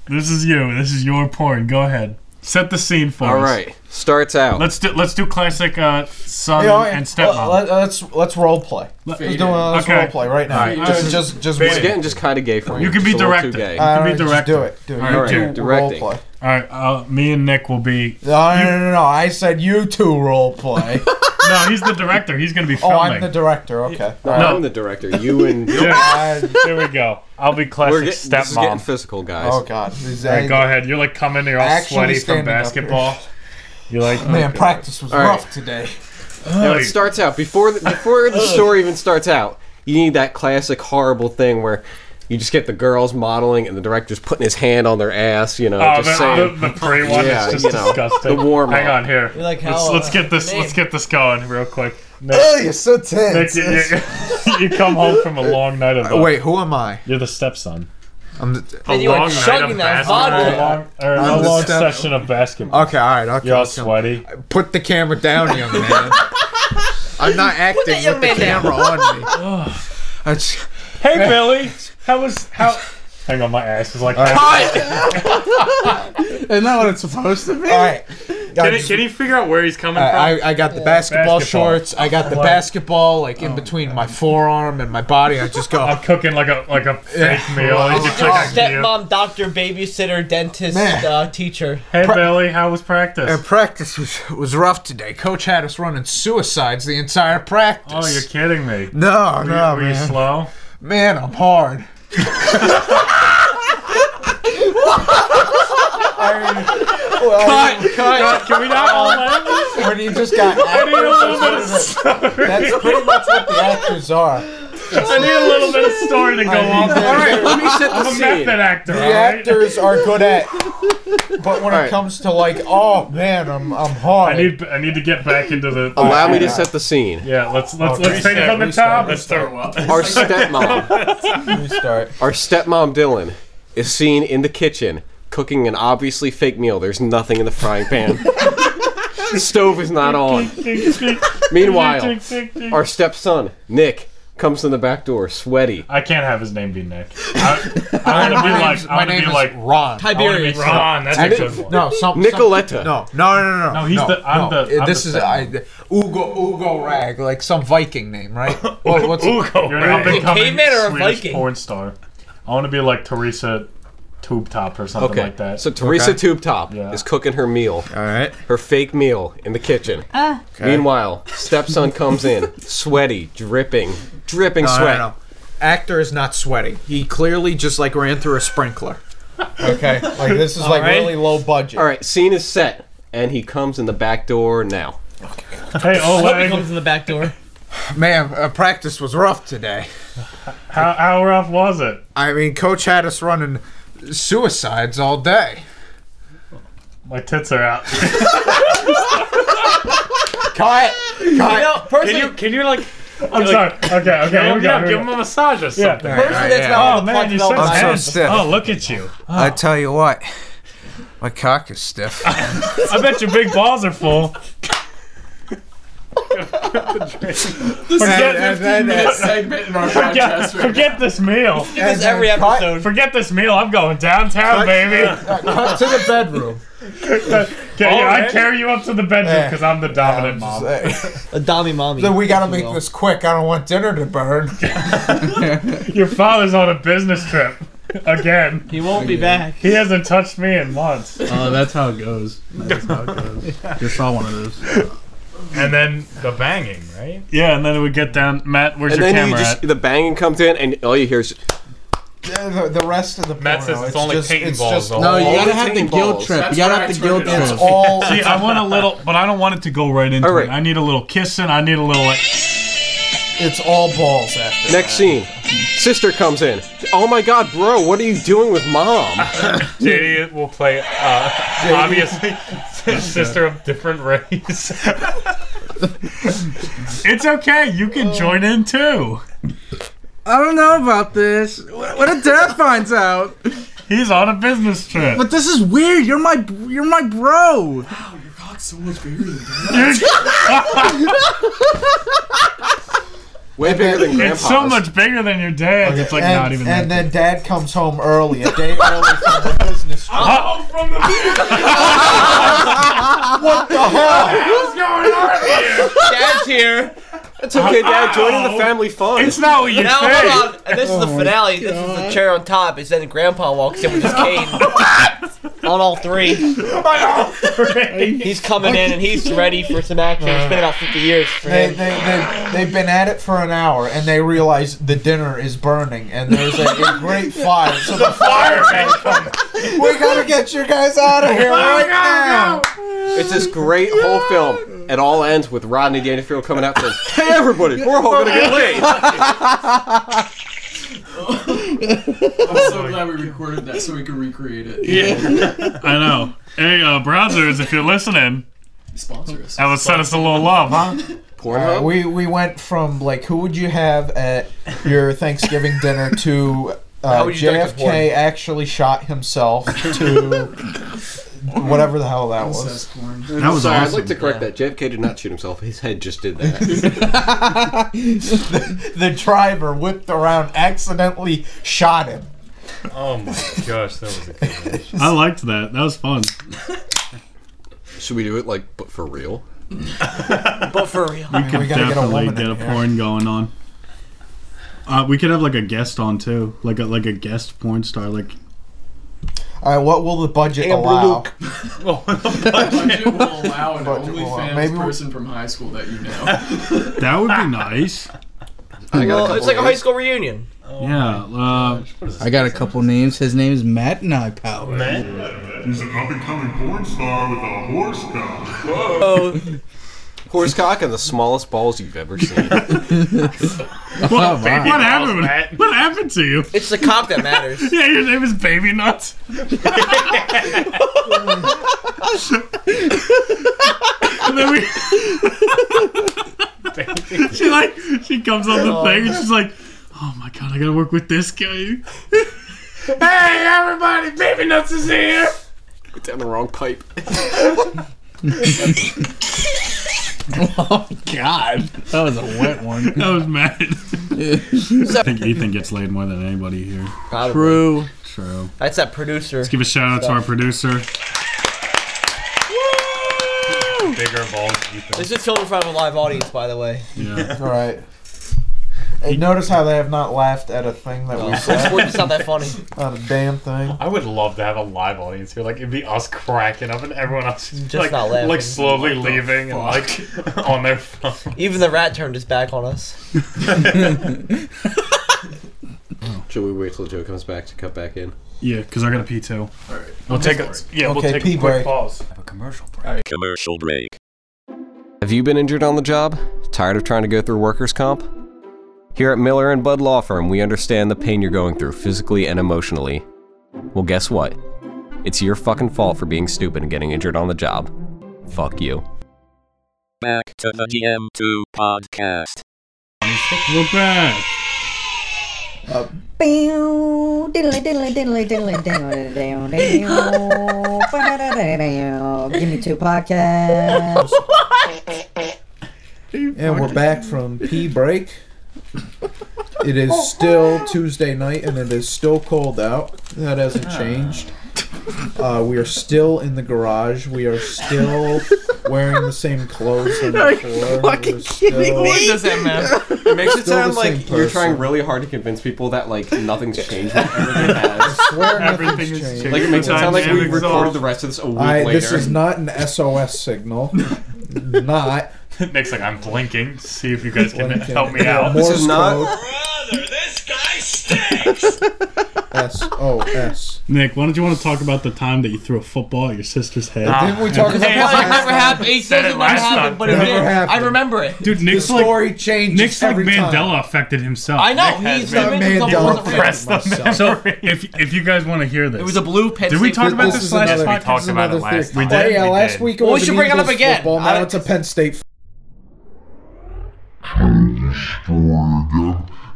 Speaker 10: This is you. This is your porn. Go ahead. Set the scene for
Speaker 3: all
Speaker 10: us.
Speaker 3: right starts out
Speaker 10: Let's do let's do classic uh, son
Speaker 4: Yeah, all right.
Speaker 10: and stepmom.
Speaker 4: Let, us let's role play. Let's do
Speaker 10: Fade in.
Speaker 4: let's
Speaker 10: Okay.
Speaker 4: role play right now.
Speaker 10: All right.
Speaker 4: Just just just
Speaker 3: it's
Speaker 4: wait.
Speaker 3: getting just kind of gay for me.
Speaker 10: You can be
Speaker 3: It's a little too
Speaker 10: directed.
Speaker 3: gay.
Speaker 10: You can be
Speaker 4: Alright, just
Speaker 10: directed.
Speaker 4: do it. Do it. You
Speaker 10: Alright,
Speaker 4: two
Speaker 10: dude,
Speaker 4: role
Speaker 3: directing.
Speaker 4: play.
Speaker 10: All right. Uh, me and Nick will be.
Speaker 4: No, no, no, no, no. I said you two role play.
Speaker 10: No, he's the director. He's gonna be
Speaker 4: oh,
Speaker 10: filming.
Speaker 4: I'm the director. Okay.
Speaker 3: No,
Speaker 10: No.
Speaker 3: I'm the director. You and
Speaker 10: Yeah. There we go. I'll be classic
Speaker 3: We're get- this is getting
Speaker 10: stepmom.
Speaker 3: physical, guys.
Speaker 4: Oh God. Is
Speaker 10: All
Speaker 4: that-
Speaker 10: right, go ahead. You're like coming. You're all
Speaker 4: Actually
Speaker 10: sweaty from
Speaker 4: standing up here.
Speaker 10: basketball. You're like
Speaker 4: Man,
Speaker 10: okay.
Speaker 4: practice was
Speaker 3: All right.
Speaker 4: rough today.
Speaker 3: Now it starts out before the, before the story even starts out. You need that classic horrible thing where you just get the girls modeling and the director's putting his hand on their ass. You know,
Speaker 10: Oh,
Speaker 3: just
Speaker 10: the,
Speaker 3: saying.
Speaker 10: the, the pre one
Speaker 3: Yeah,
Speaker 10: is just
Speaker 3: you know,
Speaker 10: disgusting.
Speaker 3: the warm-up.
Speaker 10: Hang on here.
Speaker 8: You're like,
Speaker 10: let's,
Speaker 8: how,
Speaker 10: let's
Speaker 8: uh,
Speaker 10: get this.
Speaker 8: name?
Speaker 10: Let's get this going real quick. Nick,
Speaker 4: Oh, you're so tense.
Speaker 10: Nick, you, you- you come home from a long night of
Speaker 4: Wait, who am I?
Speaker 10: You're the stepson.
Speaker 4: I'm the,
Speaker 10: A
Speaker 8: And you were
Speaker 10: long night
Speaker 8: chugging
Speaker 10: of
Speaker 8: that
Speaker 10: basketball. A long,
Speaker 8: vodka.
Speaker 10: or a
Speaker 4: I'm the
Speaker 10: long
Speaker 4: step-
Speaker 10: session of basketball.
Speaker 4: okay, all right. Okay.
Speaker 10: You're all
Speaker 4: come-
Speaker 10: sweaty.
Speaker 4: Put the camera down, young man. I'm not acting
Speaker 8: young
Speaker 4: with the
Speaker 8: man down.
Speaker 4: camera on me. I just-
Speaker 10: Hey Billy, how was how? Hang on, my ass is like.
Speaker 12: Isn't that what it's supposed to be?
Speaker 4: all right. uh,
Speaker 1: Can, he, can he figure out where he's coming from?
Speaker 4: I, I, I got the basketball,
Speaker 10: Basketball.
Speaker 4: shorts. I got the
Speaker 10: What? Oh,
Speaker 4: basketball like in between my forearm and my body. I just go.
Speaker 10: I'm cooking like a like a fake meal. It's just
Speaker 8: Your
Speaker 10: like a meal.
Speaker 8: stepmom, doctor, babysitter, dentist,
Speaker 4: Man.
Speaker 8: uh, teacher.
Speaker 10: Hey Billy, how was practice?
Speaker 4: And practice was, was rough today. Coach had us running suicides the entire practice.
Speaker 10: Oh, you're kidding me.
Speaker 4: no,
Speaker 10: Were you,
Speaker 4: no,
Speaker 10: were you
Speaker 4: man.
Speaker 10: slow?
Speaker 4: man, I'm hard.
Speaker 3: Cut, cut.
Speaker 10: Can we not all laugh?
Speaker 4: When you just got
Speaker 10: I need a little bit of
Speaker 4: actors,
Speaker 10: story.
Speaker 4: that's pretty much what the actors are.
Speaker 10: I need a little bit of story to go
Speaker 4: I
Speaker 10: on.
Speaker 4: need that.
Speaker 10: All right,
Speaker 3: Let me set the
Speaker 10: I'm a
Speaker 3: scene.
Speaker 10: method actor.
Speaker 4: The
Speaker 10: all right?
Speaker 4: actors are good at, but when it
Speaker 3: Alright.
Speaker 4: comes to like, oh man, I'm I'm hard.
Speaker 10: I need I need to get back into the.
Speaker 3: Allow me to set the scene.
Speaker 10: Yeah, let's let's
Speaker 4: Oh,
Speaker 10: let's take it
Speaker 4: restart,
Speaker 10: from the
Speaker 4: restart,
Speaker 10: top. Let's start.
Speaker 3: Our stepmom,
Speaker 4: to start.
Speaker 3: our stepmom Dylan, is seen in the kitchen cooking an obviously fake meal. There's nothing in the frying pan. Stove is not on. Meanwhile, our stepson Nick comes in the back door, sweaty.
Speaker 10: I can't have his name be Nick. I, I want to be like I
Speaker 4: my
Speaker 10: want to
Speaker 4: name
Speaker 10: be
Speaker 4: is
Speaker 10: like
Speaker 4: Ron.
Speaker 10: I wanna be
Speaker 8: Tiberius.
Speaker 10: Ron. That's a good one.
Speaker 4: No, some,
Speaker 3: Nicoletta.
Speaker 4: Some, no, no, no, no, no.
Speaker 10: No, he's the- I'm the- I'm
Speaker 4: Uh, this
Speaker 10: the
Speaker 4: is
Speaker 10: second
Speaker 4: I, Ugo Ugo Rag, like some Viking name, right? What- what's
Speaker 10: You're an up and coming
Speaker 8: caveman or a
Speaker 10: Swedish
Speaker 8: Viking?
Speaker 10: porn star. I want to be like Teresa Tube Top or something
Speaker 3: Okay,
Speaker 10: like that.
Speaker 3: so Teresa Tube Top
Speaker 10: Yeah.
Speaker 3: is cooking her meal.
Speaker 4: All right.
Speaker 3: her fake meal in the kitchen.
Speaker 13: Ah.
Speaker 3: Meanwhile, stepson comes in, sweaty, dripping, dripping
Speaker 4: No,
Speaker 3: sweat.
Speaker 4: no, no. Actor is not sweating. He clearly just like ran through a sprinkler. Okay, like this is like
Speaker 10: right.
Speaker 4: really low budget.
Speaker 3: All right, scene is set, and he comes in the back door now.
Speaker 10: hey oh,
Speaker 8: Hope he
Speaker 10: Oleg,
Speaker 8: comes in the back door.
Speaker 4: Man, uh, practice was rough today.
Speaker 10: how, how rough was it?
Speaker 4: I mean, coach had us running suicides all day.
Speaker 10: My tits are out.
Speaker 4: Cut.
Speaker 8: You know,
Speaker 1: Can
Speaker 8: personally,
Speaker 1: you can you like?
Speaker 10: I'm sorry. Okay, okay, here we go.
Speaker 1: yeah,
Speaker 10: here we
Speaker 1: give
Speaker 10: go.
Speaker 1: him a massage or
Speaker 10: Yeah.
Speaker 1: something.
Speaker 4: All right,
Speaker 8: personally that's
Speaker 4: yeah.
Speaker 8: not
Speaker 10: Oh
Speaker 8: all the plot
Speaker 10: man, you're so
Speaker 8: development.
Speaker 4: I'm so
Speaker 10: tense.
Speaker 4: stiff.
Speaker 10: Oh look at you.
Speaker 4: I tell you what,
Speaker 9: My cock is stiff.
Speaker 10: I bet your big balls are full. forget,
Speaker 9: and then-
Speaker 10: minute
Speaker 5: segment in our
Speaker 10: forget,
Speaker 5: podcast right
Speaker 10: forget this meal.
Speaker 5: Give us And every then cut- episode.
Speaker 10: Forget this meal. I'm going
Speaker 5: Cut-
Speaker 10: downtown, baby.
Speaker 5: cut to the bedroom.
Speaker 10: Okay, yeah, I
Speaker 4: Alright.
Speaker 10: carry you up to the bedroom because I'm the dominant mom.
Speaker 8: A dummy mommy.
Speaker 4: Then we gotta
Speaker 10: if
Speaker 4: make
Speaker 10: you will.
Speaker 4: this quick. I don't want dinner to burn.
Speaker 10: Your father's on a business trip again. He
Speaker 8: won't be back.
Speaker 10: He hasn't touched me in months.
Speaker 4: Oh, that's
Speaker 10: how it goes. That's how it goes. Just saw one of those. And then the banging, right? Yeah, and then we get down. Matt, where's
Speaker 3: and
Speaker 10: your
Speaker 3: then
Speaker 10: camera
Speaker 3: you just the banging comes in, and all you hear is
Speaker 4: Yeah, the, the rest of the Matt
Speaker 1: says it's only Peyton balls all
Speaker 12: No, you
Speaker 1: All
Speaker 12: gotta
Speaker 1: the
Speaker 12: have the
Speaker 1: teen
Speaker 12: guilt
Speaker 1: balls.
Speaker 12: trip.
Speaker 1: That's
Speaker 12: you gotta
Speaker 1: where
Speaker 12: have
Speaker 1: I
Speaker 12: the
Speaker 1: turn
Speaker 12: guilt
Speaker 1: it off.
Speaker 12: trip.
Speaker 1: It's all-
Speaker 10: See, I want a little, but I don't want it to go right into it. I need a little kissing. I need a little. Like,
Speaker 4: it's all balls after.
Speaker 3: next scene. Sister comes in. Oh my god, bro, what are you doing with mom?
Speaker 1: JD will play uh, obviously sister of different race.
Speaker 10: it's okay. You
Speaker 4: Oh.
Speaker 10: can join in too.
Speaker 12: I don't know about this. What what if Dad finds out?
Speaker 10: He's on a business trip.
Speaker 12: But this is weird. You're my you're my bro.
Speaker 5: so much bigger than
Speaker 3: Way
Speaker 4: bigger than
Speaker 10: It's so
Speaker 4: Grandpa's.
Speaker 10: much bigger than your dad. It's like
Speaker 4: and,
Speaker 10: not even.
Speaker 4: And then Dad comes home early, a day early from the business trip. what the hell?
Speaker 5: What's going on here?
Speaker 8: Dad's here.
Speaker 3: It's okay, Dad. Joining the family fun.
Speaker 10: It's not what you
Speaker 8: now,
Speaker 10: think.
Speaker 8: hold on. And this is the finale. This is the chair on top. Is then Grandpa walks in with his cane. on all three. He's coming in and he's ready for some action. It's been about 50 years for
Speaker 4: They,
Speaker 8: him.
Speaker 4: they, they, they've been at it for an hour and they realize the dinner is burning and there's a, a great fire. So the
Speaker 1: fireman
Speaker 4: We gotta get you guys out of here right now.
Speaker 3: It's this great whole film. It all ends with Rodney Dangerfield coming out and saying, "Hey, everybody, we're all gonna get laid."
Speaker 4: Oh
Speaker 5: I'm so glad we recorded that so we could recreate it.
Speaker 10: Yeah, I know. Hey, uh, browsers, if you're listening,
Speaker 5: Sponsor us.
Speaker 10: that would send us a little love, huh?
Speaker 4: Uh, we we went from like who would you have at your Thanksgiving dinner to uh,
Speaker 5: How would you direct a porn?
Speaker 4: JFK actually shot himself to whatever the hell that was.
Speaker 5: Incest porn.
Speaker 3: That was Sorry, I'd like to correct that. JFK did not shoot himself. His head just did that.
Speaker 4: the, the driver whipped around, accidentally shot him.
Speaker 1: Oh my gosh, that was a good one.
Speaker 10: I liked that. That was fun.
Speaker 3: Should we do it like, but for real?
Speaker 8: But for real.
Speaker 10: We could definitely get a, porn going on. Uh, we could have like a guest on too, like a like a guest porn star. Like
Speaker 4: All right, what will the budget
Speaker 5: Amber
Speaker 4: allow?
Speaker 5: budget will allow an
Speaker 4: Budget will allow.
Speaker 5: OnlyFans
Speaker 4: Maybe we-
Speaker 5: person from high school that you know.
Speaker 10: that would be nice.
Speaker 8: Well, it's like a high school reunion.
Speaker 10: yeah. Uh,
Speaker 12: I got a couple names. His name is Matt Nypower.
Speaker 7: He's an up and coming porn star with a horse cock.
Speaker 3: Oh, horsecock and the smallest balls you've ever seen.
Speaker 10: what, what happened? What happened to you?
Speaker 8: It's the cop that matters.
Speaker 10: yeah, your name is Baby Nuts. and then we. she like she comes on the
Speaker 5: Oh.
Speaker 10: thing and she's like, "Oh my god, I gotta work with this guy."
Speaker 5: hey, everybody! Baby Nuts is here!
Speaker 3: Put down the wrong pipe.
Speaker 12: oh God, that was a wet one.
Speaker 10: That was mad. I think Ethan gets laid more than anybody here.
Speaker 8: Probably. True.
Speaker 10: True.
Speaker 8: That's that producer.
Speaker 10: Let's give a shout out to our producer.
Speaker 1: Bigger balls.
Speaker 8: This is filmed in front of a live audience, by the way.
Speaker 10: Yeah.
Speaker 4: All right. Hey, notice how they have not laughed at a thing that we
Speaker 8: No.
Speaker 4: said.
Speaker 8: It's not that funny.
Speaker 4: Not a damn thing.
Speaker 1: I would love to have a live audience here. Like it'd be us cracking up and everyone else just,
Speaker 8: Just
Speaker 1: like,
Speaker 8: not laughing.
Speaker 1: like slowly
Speaker 8: What the
Speaker 1: leaving and like on their phone.
Speaker 8: Even the rat turned his back on us.
Speaker 3: Should we wait till Joe comes back to cut back in?
Speaker 10: Yeah, because I got a pee too. All right. We'll
Speaker 1: Okay,
Speaker 10: take a
Speaker 1: sorry.
Speaker 10: yeah.
Speaker 1: Okay,
Speaker 10: we'll take
Speaker 1: pee
Speaker 10: a quick
Speaker 1: break.
Speaker 10: pause.
Speaker 1: Have a commercial
Speaker 3: Commercial break. Have you been injured on the job? Tired of trying to go through workers' comp? Here at Miller and Budd Law Firm, we understand the pain you're going through physically and emotionally. Well, guess what? It's your fucking fault for being stupid and getting injured on the job. Fuck you.
Speaker 14: Back to the DM2 podcast.
Speaker 10: We're back.
Speaker 4: Uh,
Speaker 15: Bow, diddly diddly diddly diddly diddly diddly diddly. Ba-da-da-da-da-da. Give me two podcasts.
Speaker 4: And we're back from pee break. It is still Tuesday night and it is still cold out. That hasn't changed. Uh, we are still in the garage. We are still wearing the same clothes than
Speaker 12: Are you
Speaker 4: before.
Speaker 12: fucking
Speaker 4: We're
Speaker 12: kidding
Speaker 4: still-
Speaker 12: me? What does that matter?
Speaker 3: It makes it
Speaker 4: Still
Speaker 3: sound
Speaker 4: the
Speaker 3: like
Speaker 4: same
Speaker 3: you're trying
Speaker 4: person.
Speaker 3: really hard to convince people that like nothing's changed. Like, everything has.
Speaker 4: Everything has changed.
Speaker 3: Like it makes it sound like we
Speaker 4: Dynamics
Speaker 3: recorded
Speaker 4: of-
Speaker 3: the rest of this a week
Speaker 4: I,
Speaker 3: later.
Speaker 4: This is not an SOS signal. not.
Speaker 1: Nick's like, I'm blinking. See if you guys can help me
Speaker 4: Yeah,
Speaker 1: out.
Speaker 4: Morse S O S.
Speaker 10: Nick, why don't you want to talk about the time that you threw a football at your sister's head?
Speaker 4: Didn't we talk about
Speaker 8: Hey,
Speaker 4: that
Speaker 8: it
Speaker 4: last
Speaker 8: never
Speaker 4: time?
Speaker 8: happened. He says it never happened, but it
Speaker 4: Never
Speaker 8: did.
Speaker 4: happened.
Speaker 8: I remember it.
Speaker 10: Dude, Nick's
Speaker 4: the
Speaker 10: like
Speaker 4: story changes
Speaker 10: Nick's like
Speaker 4: every
Speaker 10: Mandela
Speaker 4: time.
Speaker 10: affected himself.
Speaker 8: I know,
Speaker 10: Nick has
Speaker 8: he's
Speaker 10: been-
Speaker 8: the Mandela Mandela effect.
Speaker 10: Press the
Speaker 8: Myself.
Speaker 10: So if if you guys want to hear this,
Speaker 8: It was a blue Penn
Speaker 10: Did we
Speaker 8: State
Speaker 10: talk about
Speaker 8: football
Speaker 10: this
Speaker 8: team.
Speaker 10: last
Speaker 8: This is
Speaker 10: time?
Speaker 8: another- we talked about it last
Speaker 10: We
Speaker 8: time.
Speaker 10: did.
Speaker 8: Oh, yeah,
Speaker 10: We
Speaker 8: last
Speaker 10: did.
Speaker 8: week it Well, we was should an bring it up Eagles again. football, now
Speaker 4: now it's a Penn State
Speaker 7: story again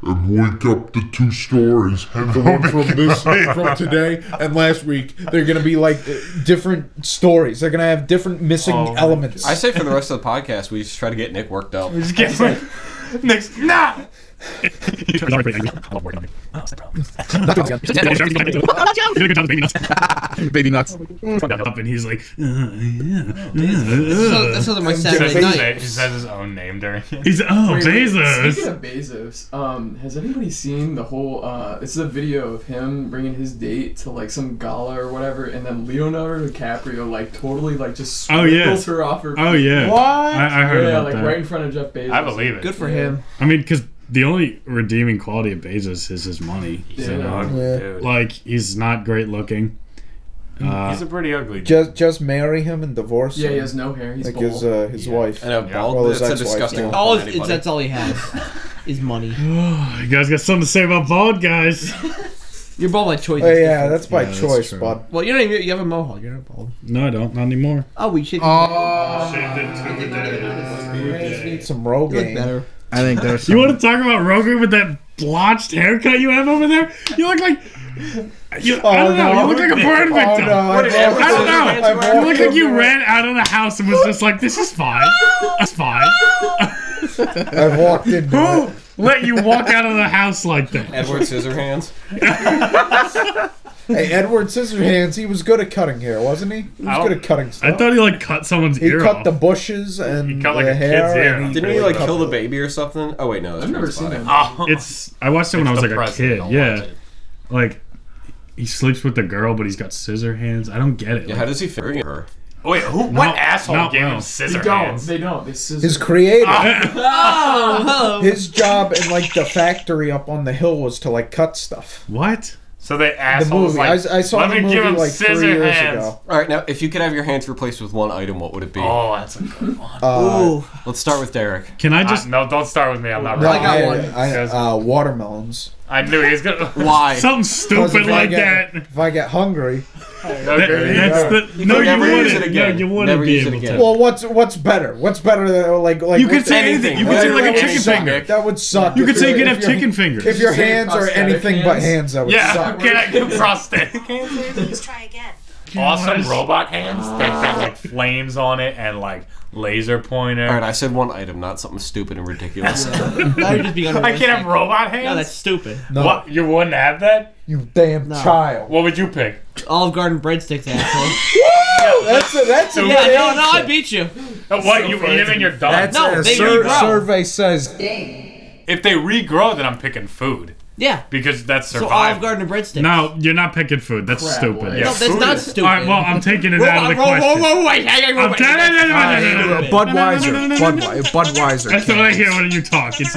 Speaker 7: and link up the two stories.
Speaker 9: The one from this from today and last week.
Speaker 4: They're gonna be like uh, different stories. They're gonna have different missing
Speaker 8: Oh,
Speaker 4: elements.
Speaker 3: I say for the rest of the podcast, we just try to get Nick worked up.
Speaker 1: Just get like, Nick's nah.
Speaker 10: Baby nuts. Up and he's like, uh, yeah, yeah, uh.
Speaker 1: He says his own name during it.
Speaker 10: He's- oh,
Speaker 5: Wait, wait, Speaking
Speaker 10: Bezos.
Speaker 5: of Bezos, um, has anybody seen the whole? Uh, it's a video of him bringing his date to like some gala or whatever, and then Leonardo DiCaprio like totally like just
Speaker 10: Oh, yeah.
Speaker 5: sprinkles her off her.
Speaker 10: Oh, yeah.
Speaker 5: What?
Speaker 10: I- I heard
Speaker 5: yeah,
Speaker 10: about
Speaker 5: like
Speaker 10: that.
Speaker 5: right in front of Jeff Bezos.
Speaker 1: I believe it.
Speaker 5: Good
Speaker 1: for
Speaker 5: him.
Speaker 10: I mean, because the only redeeming quality of Bezos is his money.
Speaker 5: He's
Speaker 10: you
Speaker 5: an
Speaker 10: know?
Speaker 5: ugly Yeah.
Speaker 1: dude.
Speaker 10: Like he's not great looking. Uh,
Speaker 1: He's a pretty ugly dude.
Speaker 4: Just just marry him and divorce.
Speaker 5: Yeah, he
Speaker 4: him.
Speaker 5: has no hair. He's
Speaker 4: like
Speaker 5: bald.
Speaker 4: his uh, his wife.
Speaker 3: I know, bald,
Speaker 4: Well, his
Speaker 3: that's a
Speaker 4: ex-wife,
Speaker 3: disgusting
Speaker 4: yeah.
Speaker 3: look.
Speaker 8: All
Speaker 3: Than
Speaker 8: it's,
Speaker 3: anybody.
Speaker 8: that's all he has is money.
Speaker 10: you guys got something to say about bald guys?
Speaker 8: You're bald by choice.
Speaker 4: Oh,
Speaker 8: it's
Speaker 4: yeah,
Speaker 8: different.
Speaker 4: that's by choice, bud.
Speaker 8: Well, you're not even, you have a mohawk. You're not bald.
Speaker 10: No, I don't. Not anymore.
Speaker 8: Oh, we should.
Speaker 4: Need some Rogaine.
Speaker 8: better.
Speaker 12: I think there's.
Speaker 10: You want to talk about Rogan with that blotched haircut you have over there? You look like. You, I
Speaker 4: Oh,
Speaker 10: don't know.
Speaker 4: no.
Speaker 10: You look like a burn
Speaker 4: Oh,
Speaker 10: victim.
Speaker 4: no, I've
Speaker 10: I
Speaker 4: walked
Speaker 10: don't
Speaker 4: over- I've
Speaker 10: know. You look
Speaker 4: walked
Speaker 10: like you
Speaker 4: over-
Speaker 10: ran out of the house and was just like, "This is fine. That's fine."
Speaker 4: I've walked in.
Speaker 10: Who let you walk out of the house like that?
Speaker 3: Edward Scissorhands.
Speaker 4: Hey, Edward Scissorhands, he was good at cutting hair, wasn't he? He was
Speaker 10: I don't-
Speaker 4: good at cutting
Speaker 10: I
Speaker 4: stuff.
Speaker 10: thought he like cut someone's
Speaker 4: He
Speaker 10: ear
Speaker 4: cut
Speaker 10: off.
Speaker 4: the bushes and the hair. and
Speaker 3: Didn't he like kill the baby or something? Oh wait, no, that's
Speaker 5: I've never
Speaker 3: Frank's
Speaker 5: seen
Speaker 3: body.
Speaker 1: uh,
Speaker 5: that.
Speaker 10: It's. I watched it when
Speaker 3: It's
Speaker 10: I was
Speaker 3: the
Speaker 10: like a
Speaker 3: president.
Speaker 10: kid.
Speaker 3: Don't
Speaker 10: Yeah, like he sleeps with the girl, but he's got scissor hands. I don't get it.
Speaker 3: Yeah,
Speaker 10: Like,
Speaker 3: how does he figure her?
Speaker 1: Wait, who?
Speaker 10: Not-
Speaker 1: What asshole
Speaker 10: not
Speaker 1: gave
Speaker 10: well.
Speaker 1: him
Speaker 5: They
Speaker 1: scissor
Speaker 5: don't.
Speaker 1: hands?
Speaker 5: They don't. They scissor.
Speaker 4: His creator.
Speaker 10: Ah.
Speaker 8: Oh,
Speaker 4: His job in like the factory up on the hill was to like cut stuff.
Speaker 10: What?
Speaker 1: So they
Speaker 4: The
Speaker 1: assholes
Speaker 4: movie.
Speaker 1: like.
Speaker 4: I, s- I saw
Speaker 1: Let
Speaker 4: the
Speaker 1: me
Speaker 4: movie
Speaker 1: give him
Speaker 4: like three
Speaker 1: scissor
Speaker 4: years
Speaker 1: hands.
Speaker 4: ago.
Speaker 3: All right, now if you could have your hands replaced with one item, what would it be?
Speaker 1: Oh, that's a good one.
Speaker 4: Uh,
Speaker 3: Let's start with Derek.
Speaker 10: Can I just?
Speaker 1: Uh, no, don't start with me. I'm not
Speaker 4: no,
Speaker 1: ready.
Speaker 4: I, I, uh, watermelons.
Speaker 1: I knew he was gonna.
Speaker 3: Why?
Speaker 10: Something
Speaker 4: Because
Speaker 10: stupid
Speaker 4: if I
Speaker 10: like
Speaker 4: get-
Speaker 10: that.
Speaker 4: If I get hungry,
Speaker 10: That- that's the,
Speaker 3: You
Speaker 10: no,
Speaker 3: could
Speaker 10: you
Speaker 3: never use it
Speaker 10: wouldn't. No,
Speaker 3: again.
Speaker 10: you wouldn't
Speaker 3: Never
Speaker 10: be
Speaker 3: use it
Speaker 10: able
Speaker 3: again.
Speaker 10: to.
Speaker 4: well, what's what's better? What's better than like like
Speaker 10: You could
Speaker 4: what's
Speaker 10: say
Speaker 4: the-
Speaker 10: anything. You could say like a chicken finger.
Speaker 4: That would suck.
Speaker 10: You could
Speaker 4: If
Speaker 10: say you
Speaker 4: your-
Speaker 10: could
Speaker 4: if
Speaker 10: have
Speaker 4: your-
Speaker 10: chicken fingers.
Speaker 4: If your
Speaker 10: Say
Speaker 4: hands are
Speaker 5: prosthetic
Speaker 4: anything but
Speaker 5: hands.
Speaker 4: hands, that would
Speaker 1: yeah,
Speaker 4: suck.
Speaker 1: can I get prosthetic?
Speaker 13: Let's try again.
Speaker 1: awesome robot hands that have like flames on it and like laser pointer.
Speaker 3: All right, I said one item, not something stupid and ridiculous.
Speaker 8: Now you're just being
Speaker 1: I can't have robot hands.
Speaker 8: No, that's stupid.
Speaker 4: No.
Speaker 1: What? You wouldn't have that?
Speaker 4: You damn
Speaker 8: No.
Speaker 4: child.
Speaker 1: What would you pick? Uh,
Speaker 8: Olive Garden breadsticks, asshole.
Speaker 4: That's a, that's a
Speaker 8: yeah,
Speaker 4: good
Speaker 8: no,
Speaker 4: answer.
Speaker 8: no, I beat you.
Speaker 1: Uh, What? you eat them and you're done.
Speaker 4: That's
Speaker 8: No,
Speaker 4: a
Speaker 8: they
Speaker 4: sur-
Speaker 8: regrow.
Speaker 4: survey says.
Speaker 1: if they regrow, then I'm picking food
Speaker 8: Yeah.
Speaker 1: because that's
Speaker 8: So Olive
Speaker 1: survival.
Speaker 8: Garden and breadsticks.
Speaker 10: No, you're not picking food. That's stupid.
Speaker 1: Yeah,
Speaker 8: No, that's
Speaker 1: food
Speaker 8: not
Speaker 1: is-
Speaker 8: stupid.
Speaker 10: All right, well, I'm taking it out of
Speaker 8: Whoa,
Speaker 10: the
Speaker 8: whoa,
Speaker 10: question.
Speaker 8: whoa, whoa, wait, hang on,
Speaker 10: I'm
Speaker 8: wait,
Speaker 10: telling-
Speaker 8: that's-
Speaker 10: no, no, no, no, no, no, no.
Speaker 9: Budweiser. Budwe- Budweiser.
Speaker 10: That's what I hear when you talk. It's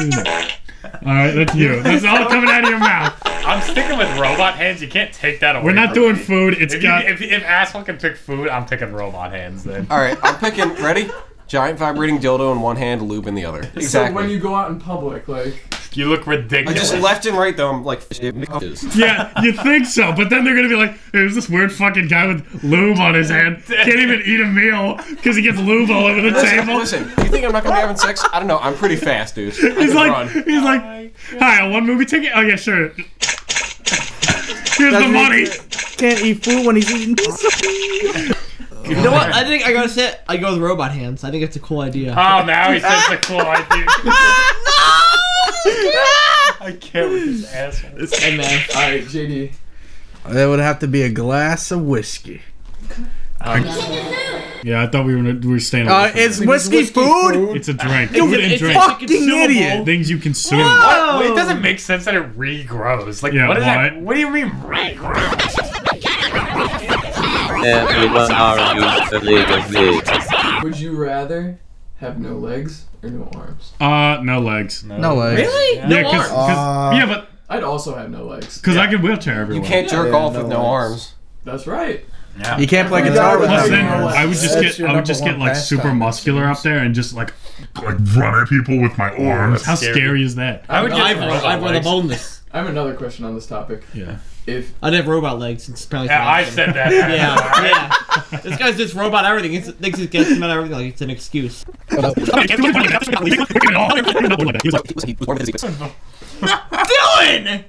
Speaker 10: all right. That's you. That's all coming out of your mouth.
Speaker 1: I'm sticking with robot hands. You can't take that away.
Speaker 10: We're not
Speaker 1: from
Speaker 10: doing
Speaker 1: me.
Speaker 10: food. It's
Speaker 1: if,
Speaker 10: got.
Speaker 1: you, if, if asshole can pick food, I'm picking robot hands then.
Speaker 8: Uh,
Speaker 3: All right, I'm picking. Ready? Giant vibrating dildo in one hand, lube in the other.
Speaker 5: So when
Speaker 3: Exactly.
Speaker 5: you go out in public, like
Speaker 1: You look
Speaker 3: I
Speaker 1: ridiculous.
Speaker 3: just left and right though. I'm like, yeah.
Speaker 10: Yeah, you think so, but then they're gonna be like, "There's this weird fucking guy with lube on his hand. Can't even eat a meal because he gets lube all over the
Speaker 3: listen,
Speaker 10: table."
Speaker 3: Listen, you think I'm not gonna be having sex? I don't know. I'm pretty fast, dude. I
Speaker 10: He's
Speaker 3: can
Speaker 10: like,
Speaker 3: run.
Speaker 10: he's like, "Hi, one movie ticket? Oh yeah, sure.
Speaker 12: That's
Speaker 10: Here's the
Speaker 12: me.
Speaker 10: money."
Speaker 12: Can't eat food when he's eating pizza.
Speaker 8: You know what? I think I gotta say it. I go with robot hands. I think it's a cool idea.
Speaker 1: Oh, now he says the cool idea. I can't with this asshole.
Speaker 8: Hey man.
Speaker 5: All right, JD.
Speaker 12: That would have to be a glass of whiskey.
Speaker 10: Yeah, I thought we were we were staying.
Speaker 12: Uh,
Speaker 10: away from
Speaker 12: it's
Speaker 10: that.
Speaker 12: whiskey Whiskey food? food?
Speaker 10: It's a drink.
Speaker 12: You
Speaker 10: Food and
Speaker 12: fucking
Speaker 10: drink.
Speaker 12: Consumable. idiot.
Speaker 10: Things you consume.
Speaker 1: What? Wait, It doesn't make sense that it regrows. Like,
Speaker 10: Yeah,
Speaker 1: what is
Speaker 10: why?
Speaker 1: that? What do you mean regrows?
Speaker 14: Everyone argues the league of me.
Speaker 5: Would you rather have no legs or no arms?
Speaker 10: Uh, no legs.
Speaker 5: No legs. Really?
Speaker 10: Yeah,
Speaker 5: No
Speaker 10: 'cause- 'cause-
Speaker 12: Uh,
Speaker 5: arms.
Speaker 10: yeah, but
Speaker 5: I'd also have no legs.
Speaker 10: because I can wheelchair everyone.
Speaker 5: Yeah, legs. That's right.
Speaker 12: You can't play
Speaker 5: Yeah.
Speaker 12: guitar without
Speaker 10: Plus,
Speaker 12: your
Speaker 10: then
Speaker 12: arms.
Speaker 10: I would just
Speaker 12: That's
Speaker 10: get
Speaker 12: your
Speaker 10: I would
Speaker 12: number
Speaker 10: just get
Speaker 12: one
Speaker 10: like
Speaker 12: pastime,
Speaker 10: super
Speaker 12: it
Speaker 10: muscular up there and just like
Speaker 7: like run at people with my arms.
Speaker 10: How scary is that? I would
Speaker 8: I've
Speaker 10: just-
Speaker 8: I've the
Speaker 10: legs.
Speaker 8: boneless.
Speaker 5: I have another question on this topic.
Speaker 10: Yeah.
Speaker 5: If
Speaker 8: I'd have robot legs. It's probably
Speaker 1: Yeah, I
Speaker 8: faster.
Speaker 1: said that.
Speaker 8: yeah, yeah. This guy's just robot everything. He thinks he gets him at everything. Like it's an excuse. Dylan.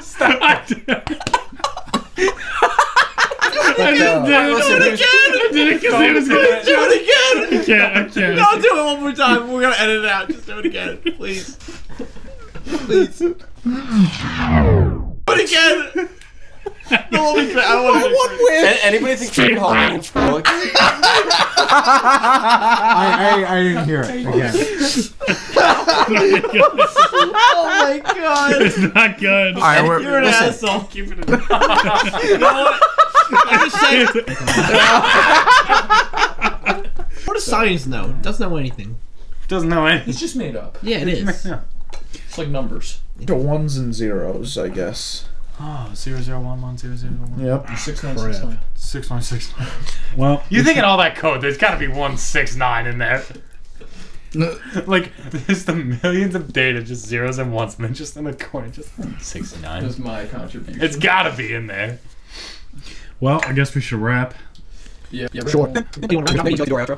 Speaker 10: Stop. I just did
Speaker 8: Do
Speaker 10: it.
Speaker 8: it again.
Speaker 10: I did it 'cause it was good.
Speaker 8: Do it
Speaker 10: I
Speaker 8: again.
Speaker 10: can't. I can't.
Speaker 8: No, do it one more time. We're gonna edit it out. Just do it again, please. Please. Do it again. No, let me try. I want to. One
Speaker 3: An- Anybody think Jane Hall?
Speaker 4: I, I, I didn't hear it again.
Speaker 8: oh my god.
Speaker 10: It's not good.
Speaker 8: All right, we're- You're an listen. asshole.
Speaker 10: Keep it
Speaker 8: You know what? I just said- what does science know? It doesn't know anything.
Speaker 1: Doesn't know anything.
Speaker 5: It's just made up.
Speaker 8: Yeah, it is.
Speaker 5: It's like numbers.
Speaker 4: The ones and zeros, I guess.
Speaker 1: Oh, zero zero one one zero zero one.
Speaker 4: Yep.
Speaker 5: Six nine six
Speaker 1: Crap.
Speaker 5: nine.
Speaker 1: Six nine six nine.
Speaker 10: Well,
Speaker 1: You thinking all that code? There's got to be one six nine in there. like there's the millions of data, just zeros and ones, and then just in the corner, just six nine.
Speaker 5: That's my contribution.
Speaker 1: It's got to be in there.
Speaker 10: Well, I guess we should wrap.
Speaker 5: Yeah. yeah
Speaker 10: Sure.
Speaker 4: Uh, give me two, give me two, give me two,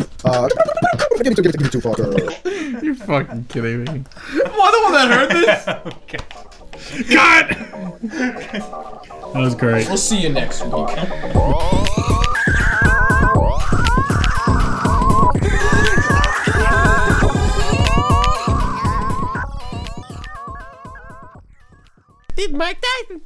Speaker 4: fucker.
Speaker 12: You're fucking kidding me.
Speaker 8: Why the one that heard this?
Speaker 10: God. That was great.
Speaker 5: We'll see you next week.
Speaker 11: Did Mike Tyson?